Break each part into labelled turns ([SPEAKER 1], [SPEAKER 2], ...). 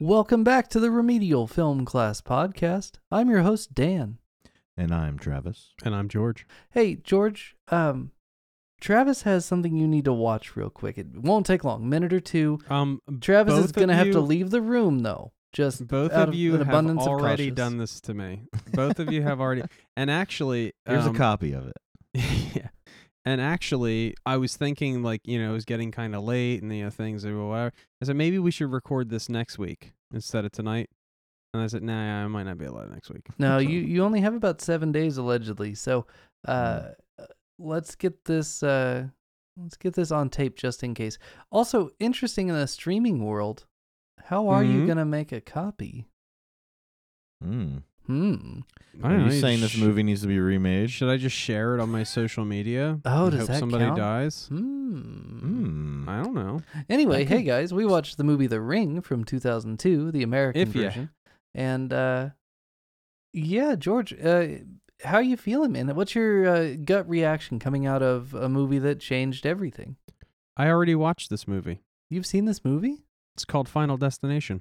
[SPEAKER 1] Welcome back to the Remedial Film Class Podcast. I'm your host, Dan.
[SPEAKER 2] And I'm Travis.
[SPEAKER 3] And I'm George.
[SPEAKER 1] Hey, George, um, Travis has something you need to watch real quick. It won't take long, minute or two.
[SPEAKER 3] Um,
[SPEAKER 1] Travis
[SPEAKER 3] both
[SPEAKER 1] is going to
[SPEAKER 3] of
[SPEAKER 1] have to
[SPEAKER 3] you-
[SPEAKER 1] leave the room, though. Just
[SPEAKER 3] Both
[SPEAKER 1] out
[SPEAKER 3] of you
[SPEAKER 1] an
[SPEAKER 3] have
[SPEAKER 1] abundance of
[SPEAKER 3] already
[SPEAKER 1] caution.
[SPEAKER 3] done this to me. Both of you have already. And actually,
[SPEAKER 2] Here's
[SPEAKER 3] um,
[SPEAKER 2] a copy of it.
[SPEAKER 3] yeah. And actually, I was thinking like you know it was getting kind of late and you know things or whatever. I said maybe we should record this next week instead of tonight. And I said, nah, I might not be alive next week.
[SPEAKER 1] No,
[SPEAKER 3] So-
[SPEAKER 1] you you only have about seven days allegedly. So, uh,
[SPEAKER 3] Hmm.
[SPEAKER 1] let's get this uh, let's get this on tape just in case. Also, interesting in the streaming world, how are you
[SPEAKER 3] Mhm.
[SPEAKER 1] gonna make a copy?
[SPEAKER 2] Mm.
[SPEAKER 1] Hmm.
[SPEAKER 3] I
[SPEAKER 2] Are
[SPEAKER 3] don't
[SPEAKER 2] you
[SPEAKER 3] know,
[SPEAKER 2] saying this
[SPEAKER 3] sh-
[SPEAKER 2] movie needs to be remade?
[SPEAKER 3] Should I just share it on my social media?
[SPEAKER 1] Oh,
[SPEAKER 3] and
[SPEAKER 1] does
[SPEAKER 3] hope
[SPEAKER 1] that
[SPEAKER 3] somebody
[SPEAKER 1] count?
[SPEAKER 3] dies?
[SPEAKER 1] Hmm.
[SPEAKER 2] Mm.
[SPEAKER 3] I don't know.
[SPEAKER 1] Anyway,
[SPEAKER 2] That
[SPEAKER 1] hey
[SPEAKER 2] could-
[SPEAKER 1] guys, we watched the movie The Ring from 2002, the American
[SPEAKER 3] If ya.
[SPEAKER 1] version, and uh, yeah, George, uh, how you feeling, man? What's your uh, gut reaction coming out of a movie that changed everything?
[SPEAKER 3] I already watched this movie.
[SPEAKER 1] You've seen this movie?
[SPEAKER 3] It's called Final Destination.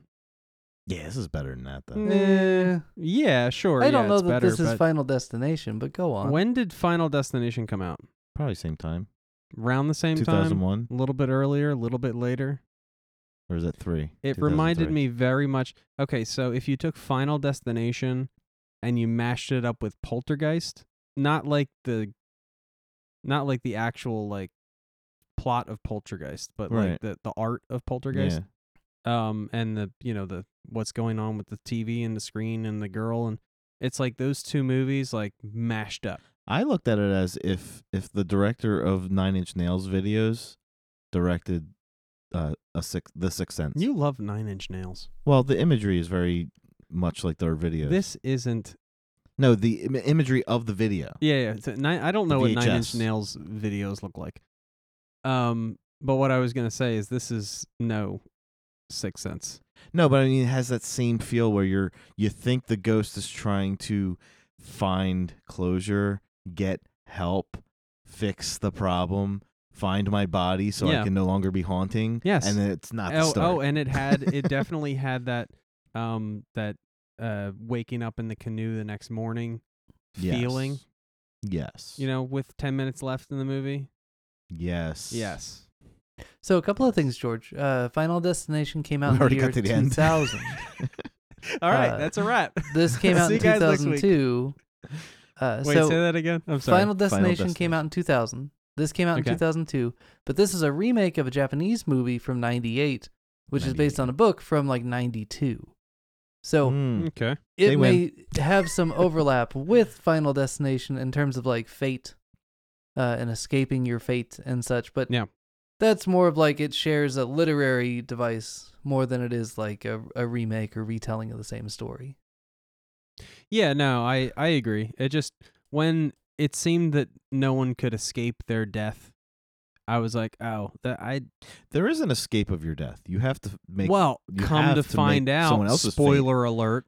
[SPEAKER 2] Yeah, this is better than that, though.
[SPEAKER 3] Mm. Eh, Yeah, sure.
[SPEAKER 1] I don't
[SPEAKER 3] yeah,
[SPEAKER 1] know
[SPEAKER 3] it's
[SPEAKER 1] that
[SPEAKER 3] better,
[SPEAKER 1] this is
[SPEAKER 3] but-
[SPEAKER 1] Final Destination, but go on.
[SPEAKER 3] When did Final Destination come out?
[SPEAKER 2] Probably same time.
[SPEAKER 3] Around the same time?
[SPEAKER 2] 2001?
[SPEAKER 3] A little bit earlier, a little bit later.
[SPEAKER 2] Or is that three?
[SPEAKER 3] It reminded
[SPEAKER 2] 2003.
[SPEAKER 3] me very much. Okay, so if you took Final Destination and you mashed it up with Poltergeist, not like the not like the actual like plot of Poltergeist, but
[SPEAKER 2] Right.
[SPEAKER 3] like the the art of Poltergeist.
[SPEAKER 2] Yeah.
[SPEAKER 3] um and the you know the what's going on with the TV and the screen and the girl and it's like those two movies like mashed up.
[SPEAKER 2] I looked at it as if if the director of Nine Inch Nails videos directed uh, a six, the Sixth Sense.
[SPEAKER 3] You love 9 inch nails.
[SPEAKER 2] well, the imagery is very much like their videos.
[SPEAKER 3] This isn't
[SPEAKER 2] no, the Im- imagery of the video.
[SPEAKER 3] Yeah, yeah. it's a nine, I don't know what 9 inch
[SPEAKER 2] VHS.
[SPEAKER 3] nails videos look like. Um but what I was going to say is this is no Sixth Sense.
[SPEAKER 2] No, but I mean, it has that same feel where you're you think the ghost is trying to find closure, get help, fix the problem, find my body so I
[SPEAKER 3] Yeah.
[SPEAKER 2] can no longer be haunting.
[SPEAKER 3] Yes.
[SPEAKER 2] and then it's not. the
[SPEAKER 3] Oh,
[SPEAKER 2] start.
[SPEAKER 3] oh, and it had it definitely had that um that uh waking up in the canoe the next morning
[SPEAKER 2] Yes.
[SPEAKER 3] feeling,
[SPEAKER 2] Yes.
[SPEAKER 3] you know, with 10 minutes left in the movie.
[SPEAKER 2] Yes.
[SPEAKER 3] Yes.
[SPEAKER 1] so a couple of things, George. Uh, Final Destination came out
[SPEAKER 2] We
[SPEAKER 1] in the
[SPEAKER 2] already
[SPEAKER 1] year
[SPEAKER 2] got to the end.
[SPEAKER 1] 2000.
[SPEAKER 3] All right,
[SPEAKER 1] Uh,
[SPEAKER 3] that's a wrap.
[SPEAKER 1] this came out
[SPEAKER 3] See
[SPEAKER 1] in
[SPEAKER 3] you guys next week.
[SPEAKER 1] 2002. Uh,
[SPEAKER 3] Wait,
[SPEAKER 1] so
[SPEAKER 3] say that again. I'm sorry.
[SPEAKER 1] Final Destination came
[SPEAKER 2] Destination.
[SPEAKER 1] out in 2000. This came out
[SPEAKER 3] Okay.
[SPEAKER 1] in 2002, but this is a remake of a Japanese movie from 98, which is based
[SPEAKER 2] 98.
[SPEAKER 1] on a book from like 92. So
[SPEAKER 2] Mm.
[SPEAKER 3] okay.
[SPEAKER 1] it
[SPEAKER 2] They
[SPEAKER 1] may
[SPEAKER 2] win.
[SPEAKER 1] have some overlap with Final Destination in terms of like fate uh, and escaping your fate and such, but
[SPEAKER 3] Yeah.
[SPEAKER 1] that's more of like it shares a literary device more than it is like a, a remake or retelling of the same story.
[SPEAKER 3] Yeah, no, I I agree. It just when it seemed that no one could escape their death, I was like, oh, that I
[SPEAKER 2] There is an escape of your death. You have to make.
[SPEAKER 3] well,
[SPEAKER 2] you
[SPEAKER 3] come
[SPEAKER 2] have
[SPEAKER 3] to,
[SPEAKER 2] to make
[SPEAKER 3] find out.
[SPEAKER 2] someone else's fate.
[SPEAKER 3] spoiler alert.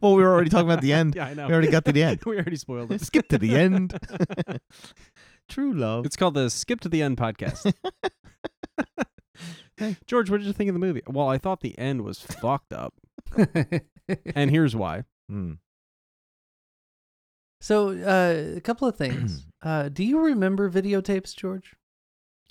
[SPEAKER 2] well, we were already talking about the end.
[SPEAKER 3] yeah, I know.
[SPEAKER 2] We already got to the end.
[SPEAKER 3] we already spoiled it.
[SPEAKER 2] Skip to the end. True love.
[SPEAKER 3] It's called the Skip to the End podcast. hey, George, what did you think of the movie? Well, I thought the end was fucked up, and here's why.
[SPEAKER 2] Mm.
[SPEAKER 1] so, uh, a couple of things. uh, do you remember videotapes, George?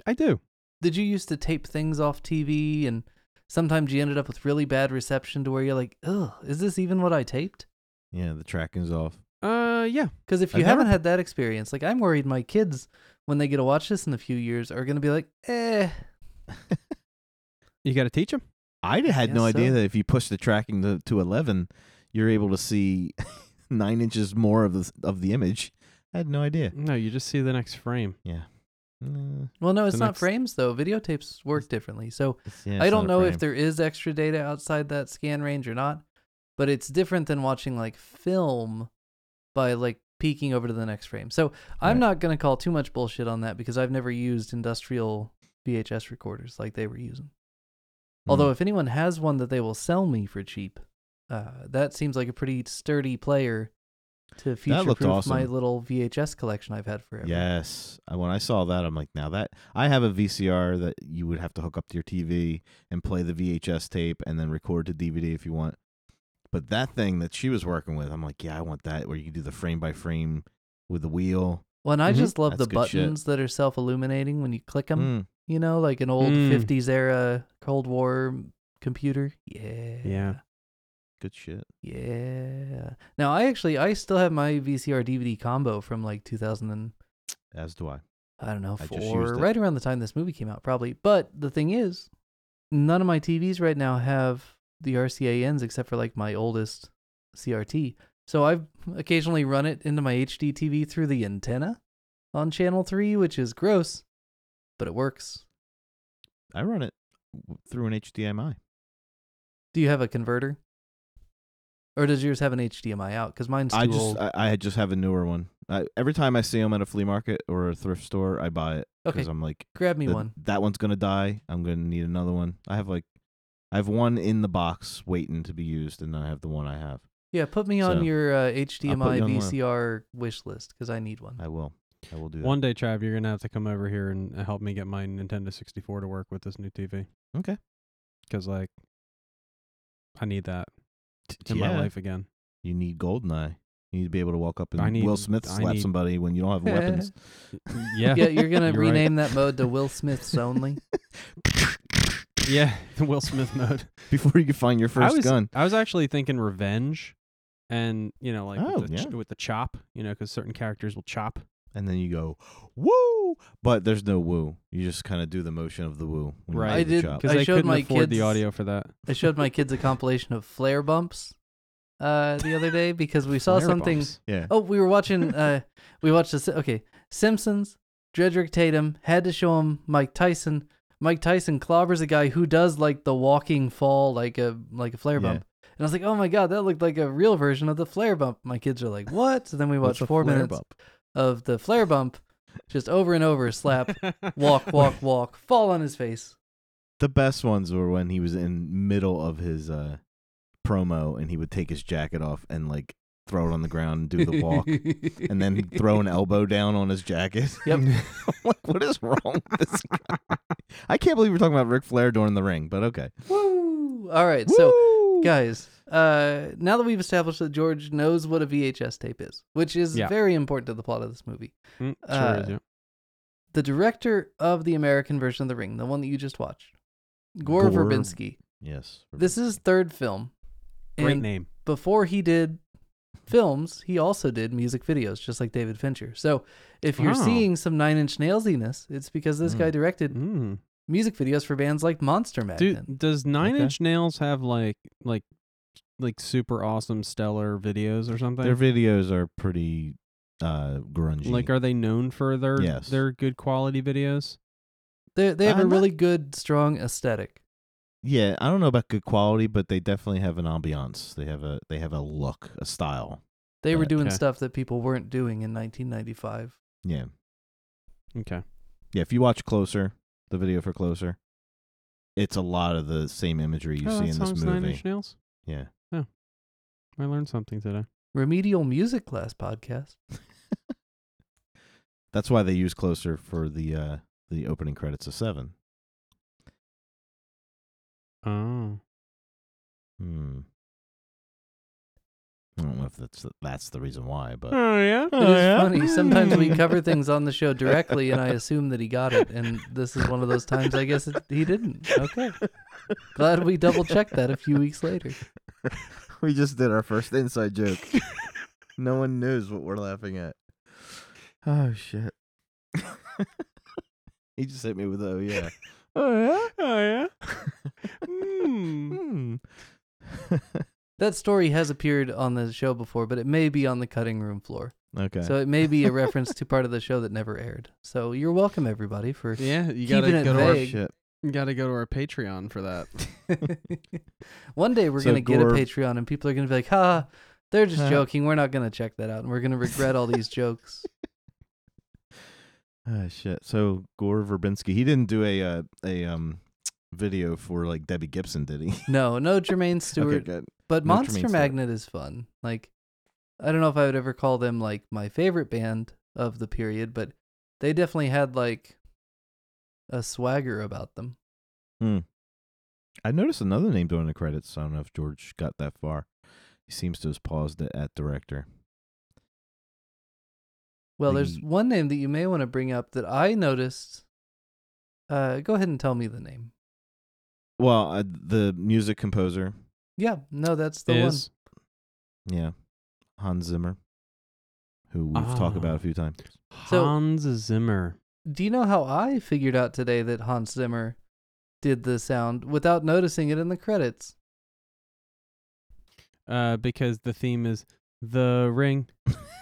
[SPEAKER 3] I do.
[SPEAKER 1] Did you used to tape things off TV and sometimes you ended up with really bad reception to where you're like, ugh, is this even what I taped?
[SPEAKER 2] Yeah, the tracking's off.
[SPEAKER 3] Uh, yeah.
[SPEAKER 1] Because if
[SPEAKER 2] I've
[SPEAKER 1] you haven't
[SPEAKER 2] never-
[SPEAKER 1] had that experience, like I'm worried my kids, when they get to watch this in a few years, are going to be like, eh.
[SPEAKER 3] You got to teach him.
[SPEAKER 2] I d- had no
[SPEAKER 1] guess
[SPEAKER 2] idea
[SPEAKER 1] so.
[SPEAKER 2] that if you push the tracking to, to eleven, you're able to see nine inches more of the of the image. I had no idea.
[SPEAKER 3] No, you just see the next frame.
[SPEAKER 2] Uh,
[SPEAKER 1] Well, no, it's
[SPEAKER 3] The
[SPEAKER 1] not
[SPEAKER 3] next-
[SPEAKER 1] frames though. Videotapes work differently. So
[SPEAKER 2] it's- yeah,
[SPEAKER 1] I
[SPEAKER 2] it's
[SPEAKER 1] don't
[SPEAKER 2] not a
[SPEAKER 1] know if
[SPEAKER 2] frame.
[SPEAKER 1] there is extra data outside that scan range or not, but it's different than watching like film by like peeking over to the next frame. So I'm
[SPEAKER 2] Right.
[SPEAKER 1] not going to call too much bullshit on that because I've never used industrial VHS recorders like they were using. Although
[SPEAKER 2] Hmm.
[SPEAKER 1] if anyone has one that they will sell me for cheap, uh, that seems like a pretty sturdy player to
[SPEAKER 2] That
[SPEAKER 1] future
[SPEAKER 2] looked
[SPEAKER 1] proof my
[SPEAKER 2] awesome.
[SPEAKER 1] little VHS collection I've had forever.
[SPEAKER 2] Yes. I- When I saw that, I'm like, now that I have a VCR that you would have to hook up to your TV and play the VHS tape and then record to DVD if you want. But that thing that she was working with, I'm like, yeah, I want that where you can do the frame by frame with the wheel.
[SPEAKER 1] Well, and I
[SPEAKER 3] Mhm.
[SPEAKER 1] just love
[SPEAKER 2] Mm-hmm. That's
[SPEAKER 1] the
[SPEAKER 2] good shit.
[SPEAKER 1] buttons that are self illuminating when you click them.
[SPEAKER 2] Mm.
[SPEAKER 1] You know, like an old
[SPEAKER 3] Mm.
[SPEAKER 1] 50s era Cold War computer. Yeah.
[SPEAKER 3] Yeah.
[SPEAKER 2] Good shit.
[SPEAKER 1] Yeah. Now, I actually, I still have my VCR DVD combo from like 2000 and
[SPEAKER 2] As do I.
[SPEAKER 1] I don't know,
[SPEAKER 2] I just used
[SPEAKER 1] four,
[SPEAKER 2] it.
[SPEAKER 1] right around the time this movie came out, probably. But the thing is, none of my TVs right now have the RCANs except for like my oldest CRT. So I've occasionally run it into my HD TV through the antenna on channel three, which is gross, but it works.
[SPEAKER 2] I run it w- through an HDMI.
[SPEAKER 1] Do you have a converter? Or does yours have an HDMI out? Because mine's too
[SPEAKER 2] I just
[SPEAKER 1] old.
[SPEAKER 2] I, I just have a newer one. I, every time I see them at a flea market or a thrift store, I buy it because
[SPEAKER 1] okay,
[SPEAKER 2] I'm like,
[SPEAKER 1] grab me
[SPEAKER 2] the-
[SPEAKER 1] one.
[SPEAKER 2] That one's gonna die. I'm gonna need another one. I have like, I have one in the box waiting to be used, and then I have the one I have.
[SPEAKER 1] Yeah, put me on
[SPEAKER 2] so,
[SPEAKER 1] your uh,
[SPEAKER 2] you
[SPEAKER 1] HDMI
[SPEAKER 2] on one.
[SPEAKER 1] VCR wish list because I need one.
[SPEAKER 2] I will. I will do that.
[SPEAKER 3] One day, Trav, you're gonna have to come over here and uh, help me get my Nintendo 64 to work with this new TV.
[SPEAKER 2] Okay.
[SPEAKER 3] Because like, I need that in
[SPEAKER 2] yeah.
[SPEAKER 3] my life again.
[SPEAKER 2] You need Goldeneye. You need to be able to walk up
[SPEAKER 3] I
[SPEAKER 2] and
[SPEAKER 3] need-
[SPEAKER 2] Will Smith
[SPEAKER 3] I
[SPEAKER 2] slap
[SPEAKER 3] need-
[SPEAKER 2] somebody when you don't have weapons.
[SPEAKER 3] Yeah.
[SPEAKER 1] yeah, you're gonna
[SPEAKER 3] You're right.
[SPEAKER 1] rename that mode to Will Smith's only.
[SPEAKER 3] yeah. The Will Smith mode.
[SPEAKER 2] Before you can find your first
[SPEAKER 3] I was,
[SPEAKER 2] gun.
[SPEAKER 3] I was actually thinking revenge, and you know, like
[SPEAKER 2] Oh,
[SPEAKER 3] with, the ch-
[SPEAKER 2] yeah.
[SPEAKER 3] with the chop, you know, because certain characters will chop.
[SPEAKER 2] And then you go, woo! But there's no woo. You just kind of do the motion of the woo. When
[SPEAKER 3] Right.
[SPEAKER 2] You do
[SPEAKER 3] I
[SPEAKER 2] the
[SPEAKER 1] did-
[SPEAKER 2] chop.
[SPEAKER 3] Because
[SPEAKER 1] I
[SPEAKER 3] they
[SPEAKER 1] showed
[SPEAKER 3] couldn't
[SPEAKER 1] my
[SPEAKER 3] afford the
[SPEAKER 1] kids-
[SPEAKER 3] audio for that.
[SPEAKER 1] I showed my kids a compilation of flare bumps uh, the other day because we saw
[SPEAKER 3] Flare
[SPEAKER 1] something.
[SPEAKER 3] bumps.
[SPEAKER 2] Yeah.
[SPEAKER 1] Oh, we were watching. Uh, we watched this. Okay, Simpsons. Dredrick Tatum had to show him Mike Tyson. Mike Tyson clobbers a guy who does like the walking fall, like a like a flare
[SPEAKER 2] Yeah.
[SPEAKER 1] bump. And I was like, oh my god, that looked like a real version of the flare bump. My kids are like, what? So then we
[SPEAKER 2] What's
[SPEAKER 1] watched
[SPEAKER 2] a
[SPEAKER 1] four
[SPEAKER 2] flare
[SPEAKER 1] minutes
[SPEAKER 2] bump?
[SPEAKER 1] of the flare bump, just over and over, slap, walk, walk, walk, fall on his face.
[SPEAKER 2] The best ones were when he was in middle of his uh, promo and he would take his jacket off and like throw it on the ground and do the walk. and then throw an elbow down on his jacket.
[SPEAKER 1] Yep.
[SPEAKER 2] I'm like, what is wrong with this guy? I can't believe we're talking about Ric Flair during the ring, but okay.
[SPEAKER 1] Woo! All right, so
[SPEAKER 2] Woo!
[SPEAKER 1] guys, uh, now that we've established that George knows what a VHS tape is, which is
[SPEAKER 3] Yeah.
[SPEAKER 1] very important to the plot of this movie,
[SPEAKER 3] Mm, sure
[SPEAKER 1] Uh,
[SPEAKER 3] is, yeah.
[SPEAKER 1] the director of the American version of The Ring, the one that you just watched, Gore,
[SPEAKER 2] Gore-
[SPEAKER 1] Verbinski.
[SPEAKER 2] Yes.
[SPEAKER 1] This is his third film.
[SPEAKER 3] Great
[SPEAKER 1] and
[SPEAKER 3] name.
[SPEAKER 1] Before he did films, he also did music videos, just like David Fincher. So if you're
[SPEAKER 3] Oh.
[SPEAKER 1] seeing some Nine Inch Nailsiness, it's because this
[SPEAKER 2] Mm.
[SPEAKER 1] guy directed
[SPEAKER 3] Mm.
[SPEAKER 1] music videos for bands like Monster Magnet.
[SPEAKER 3] Dude, does Nine
[SPEAKER 2] Okay.
[SPEAKER 3] Inch Nails have like like like super awesome stellar videos or something?
[SPEAKER 2] Their videos are pretty uh, grungy.
[SPEAKER 3] like, are they known for their
[SPEAKER 2] Yes.
[SPEAKER 3] their good quality videos?
[SPEAKER 1] They they have a
[SPEAKER 2] I'm not-
[SPEAKER 1] really good, strong aesthetic.
[SPEAKER 2] yeah, I don't know about good quality, but they definitely have an ambiance. They have a they have a look, a style.
[SPEAKER 1] They were
[SPEAKER 2] Right.
[SPEAKER 1] doing
[SPEAKER 3] Okay.
[SPEAKER 1] stuff that people weren't doing in 1995.
[SPEAKER 2] Yeah.
[SPEAKER 3] Okay.
[SPEAKER 2] Yeah, if you watch Closer, the video for Closer, it's a lot of the same imagery you
[SPEAKER 3] oh,
[SPEAKER 2] see
[SPEAKER 3] that
[SPEAKER 2] in this
[SPEAKER 3] song's
[SPEAKER 2] movie.
[SPEAKER 3] Nine Inch Nails.
[SPEAKER 2] Yeah.
[SPEAKER 3] I learned something today.
[SPEAKER 1] Remedial Music Class podcast.
[SPEAKER 2] That's why they use closer for the uh the opening credits of seven.
[SPEAKER 3] Oh,
[SPEAKER 2] Hmm. I don't know if that's the, that's the reason why, but
[SPEAKER 3] oh yeah.
[SPEAKER 1] It is funny. Sometimes
[SPEAKER 2] Hmm.
[SPEAKER 1] we cover things on the show directly, and I assume that he got it. And this is one of those times I guess it, he didn't. Okay. Glad we double checked that a few weeks later.
[SPEAKER 2] we just did our first inside joke. no one knows what we're laughing at. Oh shit! he just hit me with oh yeah.
[SPEAKER 3] Oh yeah. Oh yeah. mm.
[SPEAKER 2] Hmm.
[SPEAKER 1] That story has appeared on the show before, but it may be on the cutting room floor.
[SPEAKER 2] okay.
[SPEAKER 1] So it may be a reference to part of the show that never aired. So you're welcome, everybody, for
[SPEAKER 3] Yeah, you
[SPEAKER 1] gotta Keeping
[SPEAKER 3] gotta
[SPEAKER 1] it go to
[SPEAKER 3] go to
[SPEAKER 1] our-
[SPEAKER 3] our
[SPEAKER 1] vague.
[SPEAKER 2] shit.
[SPEAKER 3] gotta go to our Patreon for that.
[SPEAKER 1] One day we're
[SPEAKER 2] So
[SPEAKER 1] gonna get a
[SPEAKER 2] Gore-
[SPEAKER 1] Patreon and people are gonna be like, "Ha, they're just
[SPEAKER 2] Huh.
[SPEAKER 1] joking. We're not gonna check that out, and we're gonna regret all these jokes."
[SPEAKER 2] Ah, shit. So Gore Verbinski, he didn't do a uh, a um video for like Debbie Gibson, did he?
[SPEAKER 1] No, no Jermaine
[SPEAKER 2] okay,
[SPEAKER 1] Stewart,
[SPEAKER 2] good.
[SPEAKER 1] but
[SPEAKER 2] no Jermaine
[SPEAKER 1] Monster
[SPEAKER 2] Stewart.
[SPEAKER 1] Magnet is fun. Like, I don't know if I would ever call them like my favorite band of the period, but they definitely had like a swagger about them.
[SPEAKER 2] Hmm. I noticed another name during the credits. so I don't know if George got that far. He seems to have paused at, at director.
[SPEAKER 1] Well, there's
[SPEAKER 2] The-
[SPEAKER 1] one name that you may want to bring up that I noticed. Uh, go ahead and tell me the name.
[SPEAKER 2] Well, uh, the music composer,
[SPEAKER 1] Yeah, no, that's the
[SPEAKER 3] is
[SPEAKER 2] yeah, Hans Zimmer, who we've talked about
[SPEAKER 3] Ah.
[SPEAKER 2] a few times.
[SPEAKER 1] So-
[SPEAKER 3] Hans Zimmer.
[SPEAKER 1] one. Do you know how I figured out today that Hans Zimmer did the sound without noticing it in the credits?
[SPEAKER 3] Uh, because the theme is the ring,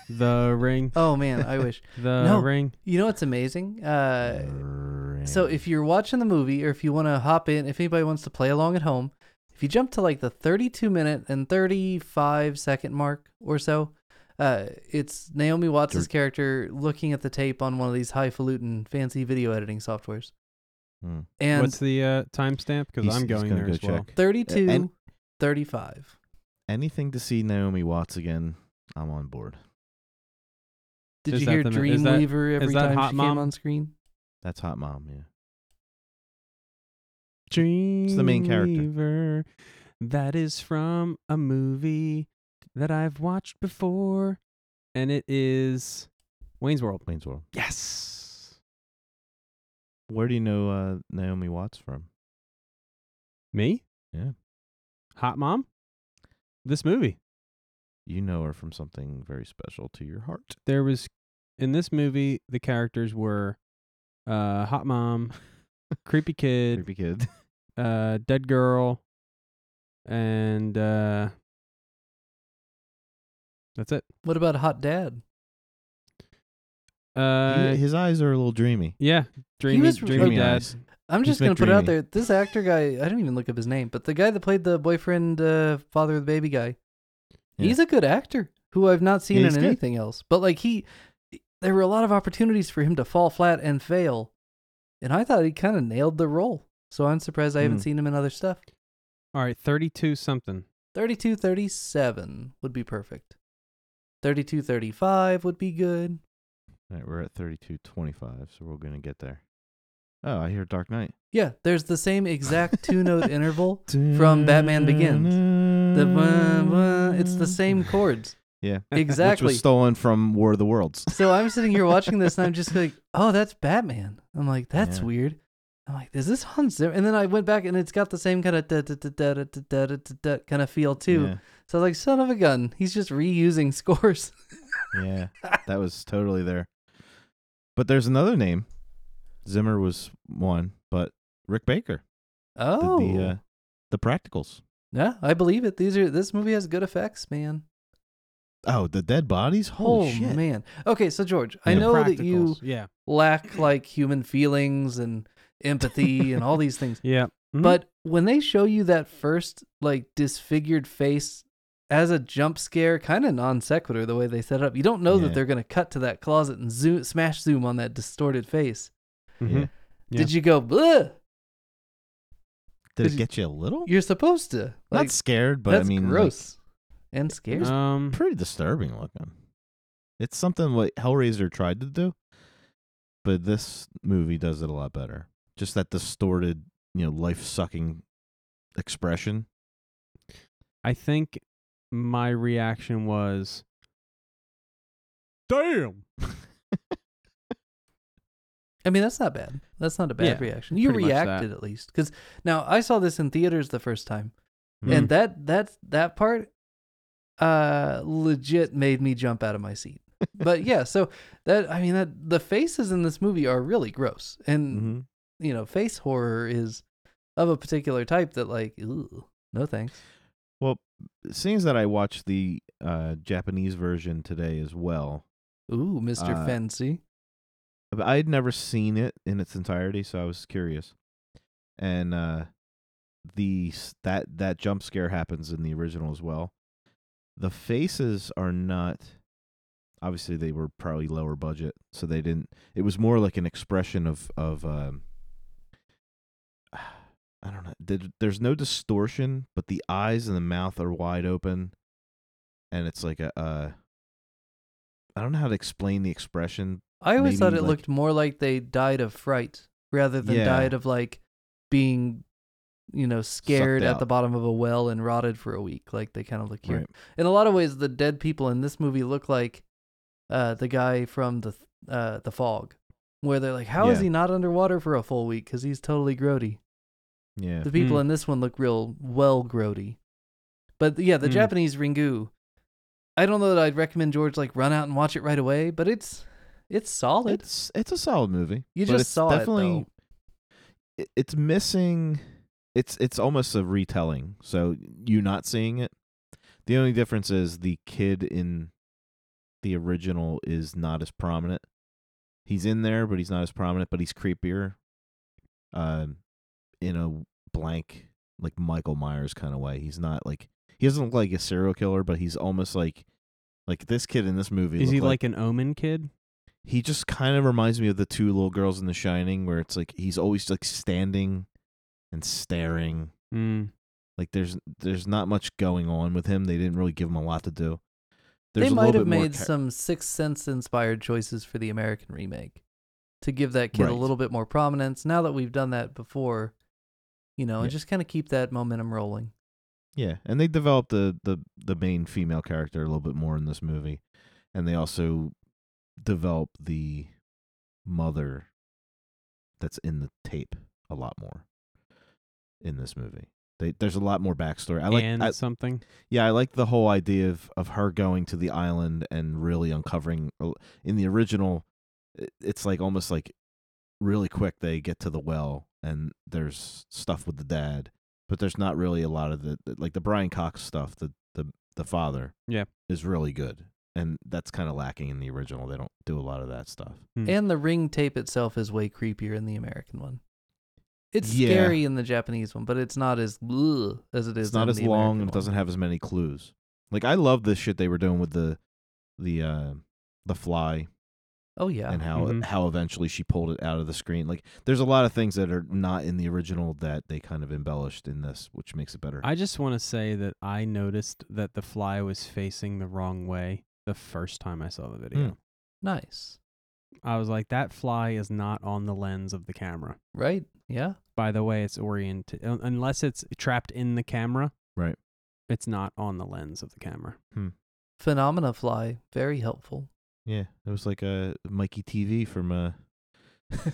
[SPEAKER 3] the ring,
[SPEAKER 1] Oh man, I wish.
[SPEAKER 3] the
[SPEAKER 1] No.
[SPEAKER 3] ring.
[SPEAKER 1] You know what's amazing? Uh, So if you're watching the movie or if you want to hop in, if anybody wants to play along at home, if you jump to like the 32 minute and 35 second mark or so, uh, it's Naomi Watts'
[SPEAKER 2] Dirt.
[SPEAKER 1] character looking at the tape on one of these highfalutin fancy video editing softwares.
[SPEAKER 2] Hmm.
[SPEAKER 1] And
[SPEAKER 3] What's the uh, timestamp? Because
[SPEAKER 2] He's-
[SPEAKER 3] I'm
[SPEAKER 2] he's
[SPEAKER 3] going
[SPEAKER 2] gonna
[SPEAKER 3] there
[SPEAKER 2] go
[SPEAKER 3] as well.
[SPEAKER 2] check.
[SPEAKER 1] 32,
[SPEAKER 2] and-
[SPEAKER 1] 35.
[SPEAKER 2] anything to see Naomi Watts again, I'm on board.
[SPEAKER 1] Did
[SPEAKER 3] Is
[SPEAKER 1] you
[SPEAKER 3] that
[SPEAKER 1] hear
[SPEAKER 3] the mi- is that-
[SPEAKER 1] Dreamweaver every
[SPEAKER 3] is that
[SPEAKER 1] time
[SPEAKER 3] Hot
[SPEAKER 1] she
[SPEAKER 3] Mom?
[SPEAKER 1] came on screen?
[SPEAKER 2] That's Hot Mom, yeah.
[SPEAKER 3] Dream
[SPEAKER 2] the main character.
[SPEAKER 3] That is from a movie that I've watched before, and it is Wayne's World.
[SPEAKER 2] Wayne's World.
[SPEAKER 3] Yes.
[SPEAKER 2] Where do you know uh, Naomi Watts from?
[SPEAKER 3] Me?
[SPEAKER 2] Yeah.
[SPEAKER 3] Hot Mom? This movie.
[SPEAKER 2] You know her from something very special to your heart.
[SPEAKER 3] There was in this movie the characters were uh Hot Mom, Creepy Kid,
[SPEAKER 2] Creepy kid.
[SPEAKER 3] uh Dead Girl, and uh That's it.
[SPEAKER 1] What about Hot Dad?
[SPEAKER 3] Uh
[SPEAKER 1] Uh,
[SPEAKER 2] He- his eyes are a little dreamy.
[SPEAKER 3] yeah, Dreamy
[SPEAKER 1] was-
[SPEAKER 3] Dreamy
[SPEAKER 1] okay.
[SPEAKER 3] Dad.
[SPEAKER 1] I'm
[SPEAKER 2] He's
[SPEAKER 1] just going to put it out
[SPEAKER 2] McDreamy.
[SPEAKER 1] there. This actor guy, I didn't even look up his name, but the guy that played the boyfriend, uh, father of the baby guy,
[SPEAKER 2] Yeah.
[SPEAKER 1] he's a good actor who I've not seen in
[SPEAKER 2] Yeah, he's good.
[SPEAKER 1] anything else. But like he, there were a lot of opportunities for him to fall flat and fail, and I thought he kind of nailed the role. So I'm surprised I haven't
[SPEAKER 2] Hmm.
[SPEAKER 1] seen him in other stuff.
[SPEAKER 3] All right, 32 something.
[SPEAKER 1] 32 37 would be perfect. 32 35 would be good.
[SPEAKER 2] All right, we're at 3225, so we're going to get there. Oh, I hear Dark Knight.
[SPEAKER 1] Yeah, there's the same exact two note interval. From Batman Begins. The wah, wah, it's the same chords.
[SPEAKER 2] Yeah. Which
[SPEAKER 1] Exactly.
[SPEAKER 2] was stolen from War of the Worlds.
[SPEAKER 1] So I'm sitting here watching this, and I'm just like, "Oh, that's Batman." I'm like, "That's
[SPEAKER 2] Yeah.
[SPEAKER 1] weird." I'm like, "Is this Hans Zimmer?" And then I went back, and it's got the same kind of da da da da da da da da da kind of feel too.
[SPEAKER 2] Yeah.
[SPEAKER 1] So I was like, "Son of a gun, he's just reusing scores."
[SPEAKER 2] Yeah, that was totally there. But there's another name. Zimmer was one, but Rick Baker did
[SPEAKER 1] Oh,
[SPEAKER 2] the uh, the practicals.
[SPEAKER 1] yeah, I believe it. These are this movie has good effects, man.
[SPEAKER 2] Oh, the dead bodies. Holy
[SPEAKER 1] oh
[SPEAKER 2] shit!
[SPEAKER 1] man. Okay, so George, I
[SPEAKER 2] Yeah.
[SPEAKER 1] know that you
[SPEAKER 3] Practicals. Yeah.
[SPEAKER 1] lack like human feelings and empathy and all these things.
[SPEAKER 3] Yeah.
[SPEAKER 2] Hmm?
[SPEAKER 3] Mhm.
[SPEAKER 1] But when they show you that first like disfigured face as a jump scare, kind of non sequitur the way they set it up, you don't know that
[SPEAKER 2] Yeah.
[SPEAKER 1] they're gonna cut to that closet and zoom, smash zoom on that distorted face.
[SPEAKER 3] Mhm.
[SPEAKER 2] Yeah.
[SPEAKER 1] Did you go? Bleh!
[SPEAKER 2] Did
[SPEAKER 1] Did
[SPEAKER 2] it
[SPEAKER 1] you-
[SPEAKER 2] get you a little?
[SPEAKER 1] You're supposed to. Like,
[SPEAKER 2] Not scared, but
[SPEAKER 1] that's
[SPEAKER 2] I mean, like, uh,
[SPEAKER 1] gross and scary.
[SPEAKER 3] Um,
[SPEAKER 2] pretty disturbing looking. It's something what Hellraiser tried to do, but this movie does it a lot better. Just that distorted, you know, life sucking expression.
[SPEAKER 3] I think my reaction was, "Damn."
[SPEAKER 1] I mean, that's not bad. That's not a bad
[SPEAKER 3] Yeah,
[SPEAKER 1] reaction. You
[SPEAKER 3] pretty much that.
[SPEAKER 1] reacted at least, because now I saw this in theaters the first time,
[SPEAKER 3] Mm.
[SPEAKER 2] Hmm.
[SPEAKER 1] and that that's that part, uh, legit made me jump out of my seat. but yeah, so that I mean that the faces in this movie are really gross, and
[SPEAKER 2] Mm-hmm.
[SPEAKER 1] you know, face horror is of a particular type that like, ooh, no thanks.
[SPEAKER 2] Well, seeing as that I watched the uh, Japanese version today as well,
[SPEAKER 1] Ooh, Mister
[SPEAKER 2] Uh,
[SPEAKER 1] Fancy.
[SPEAKER 2] but I had never seen it in its entirety, so I was curious. And uh, the s- that that jump scare happens in the original as well. The faces are not. Obviously, they were probably lower budget, so they didn't. It was more like an expression of of. Um, I don't know. There- There's no distortion, but the eyes and the mouth are wide open, and it's like a. Uh, I don't know how to explain the expression.
[SPEAKER 1] I always thought
[SPEAKER 2] Maybe,
[SPEAKER 1] it
[SPEAKER 2] like-
[SPEAKER 1] looked more like they died of fright rather than
[SPEAKER 2] Yeah.
[SPEAKER 1] died of like being, you know, scared at
[SPEAKER 2] out.
[SPEAKER 1] the bottom of a well and rotted for a week. Like they kind of look here.
[SPEAKER 2] Right.
[SPEAKER 1] In a lot of ways, the dead people in this movie look like uh, the guy from the th- uh, the fog, where they're like, "How is
[SPEAKER 2] Yeah.
[SPEAKER 1] he not underwater for a full week? Because he's totally grody."
[SPEAKER 2] Yeah.
[SPEAKER 1] The people
[SPEAKER 3] Mm.
[SPEAKER 1] in this one look real well grody. But yeah, the
[SPEAKER 3] Mm.
[SPEAKER 1] Japanese Ringu. I don't know that I'd recommend George like run out and watch it right away, but it's it's solid.
[SPEAKER 2] It's it's a solid movie.
[SPEAKER 1] You
[SPEAKER 2] but
[SPEAKER 1] just
[SPEAKER 2] it's
[SPEAKER 1] saw it,
[SPEAKER 2] definitely, it. It's missing. It's it's almost a retelling. So you not seeing it. The only difference is the kid in the original is not as prominent. He's in there, but he's not as prominent. But he's creepier. Um, in a blank like Michael Myers kind of way. He's not like he doesn't look like a serial killer, but he's almost like like this kid in this movie.
[SPEAKER 3] Is he
[SPEAKER 2] looked
[SPEAKER 3] like an omen kid?
[SPEAKER 2] he just kind of reminds me of the two little girls in The Shining, where it's like he's always like standing and staring.
[SPEAKER 1] Hmm.
[SPEAKER 3] Mm.
[SPEAKER 2] Like there's there's not much going on with him. They didn't really give him a lot to do. There's
[SPEAKER 1] they
[SPEAKER 2] a little
[SPEAKER 1] might have
[SPEAKER 2] bit more
[SPEAKER 1] made
[SPEAKER 2] char-
[SPEAKER 1] some Sixth Sense inspired choices for the American remake to give that kid a
[SPEAKER 2] Right.
[SPEAKER 1] little bit more prominence. Now that we've done that before, you know, and
[SPEAKER 2] Yeah.
[SPEAKER 1] just kind of keep that momentum rolling.
[SPEAKER 2] Yeah, and they developed the the the main female character a little bit more in this movie, and they also develop the mother that's in the tape a lot more in this movie. They, there's a lot more backstory. I like
[SPEAKER 3] and
[SPEAKER 2] I,
[SPEAKER 3] something.
[SPEAKER 2] Yeah, I like the whole idea of, of her going to the island and really uncovering. uh, In the original, i- it's like almost like really quick they get to the well and there's stuff with the dad, but there's not really a lot of the the- like the Brian Cox stuff. The the the father,
[SPEAKER 3] Yeah.
[SPEAKER 2] is really good, and that's kind of lacking in the original. They don't do a lot of that stuff.
[SPEAKER 3] Hmm.
[SPEAKER 1] And the ring tape itself is way creepier in the American one. It's
[SPEAKER 2] Yeah.
[SPEAKER 1] scary in the Japanese one, but it's not as ugh as it is.
[SPEAKER 2] it's not
[SPEAKER 1] in
[SPEAKER 2] as
[SPEAKER 1] the
[SPEAKER 2] long
[SPEAKER 1] American
[SPEAKER 2] and it
[SPEAKER 1] one.
[SPEAKER 2] doesn't have as many clues. Like I love the shit they were doing with the the uh, the fly
[SPEAKER 1] Oh yeah,
[SPEAKER 2] and how
[SPEAKER 3] Mhm.
[SPEAKER 2] how eventually she pulled it out of the screen. Like there's a lot of things that are not in the original that they kind of embellished in this, which makes it better.
[SPEAKER 3] I just want to say that I noticed that the fly was facing the wrong way the first time I saw the video.
[SPEAKER 2] Hmm.
[SPEAKER 1] nice,
[SPEAKER 3] I was like, that fly is not on the lens of the camera.
[SPEAKER 1] right? Yeah,
[SPEAKER 3] By the way, it's oriented un- unless it's trapped in the camera.
[SPEAKER 2] Right.
[SPEAKER 3] It's not on the lens of the camera.
[SPEAKER 1] phenomena fly, very helpful.
[SPEAKER 2] yeah, it was like a Mikey TV from uh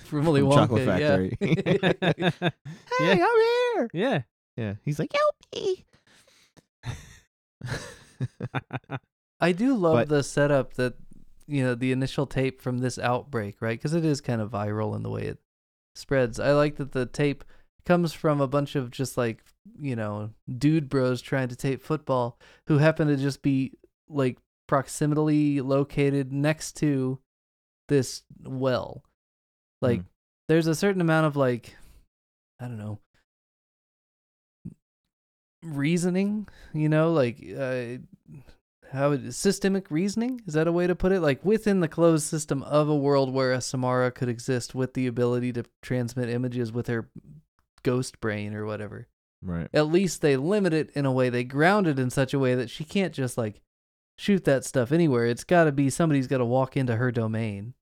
[SPEAKER 1] From Willy
[SPEAKER 2] from
[SPEAKER 1] Wonka,
[SPEAKER 2] Chocolate
[SPEAKER 1] yeah.
[SPEAKER 2] Factory. hey,
[SPEAKER 3] yeah.
[SPEAKER 2] I'm here.
[SPEAKER 3] Yeah.
[SPEAKER 2] Yeah, he's like help me.
[SPEAKER 1] I do love
[SPEAKER 2] But-
[SPEAKER 1] the setup that you know the initial tape from this outbreak, right? Because it is kind of viral in the way it spreads. I like that the tape comes from a bunch of just like you know dude bros trying to tape football who happen to just be like proximately located next to this well. Like
[SPEAKER 2] Mm.
[SPEAKER 1] there's a certain amount of like I don't know reasoning, you know, like uh, how it, systemic reasoning is that a way to put it? Like within the closed system of a world where a Samara could exist with the ability to transmit images with her ghost brain or whatever.
[SPEAKER 2] right.
[SPEAKER 1] At least they limit it in a way. They ground it in such a way that she can't just like shoot that stuff anywhere. It's got to be somebody's got to walk into her domain.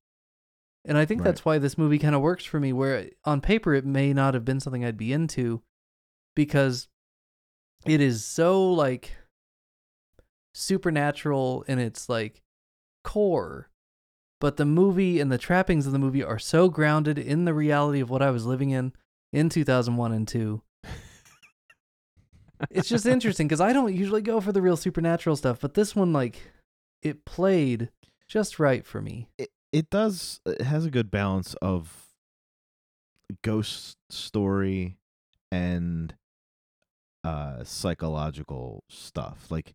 [SPEAKER 1] And I think
[SPEAKER 2] Right.
[SPEAKER 1] that's why this movie kind of works for me, where on paper it may not have been something I'd be into because it is so like supernatural in its like core. But the movie and the trappings of the movie are so grounded in the reality of what I was living in in 2001 and 2 it's just interesting because I don't usually go for the real supernatural stuff, but this one, like, it played just right for me.
[SPEAKER 2] it, it does it has a good balance of ghost story and uh psychological stuff like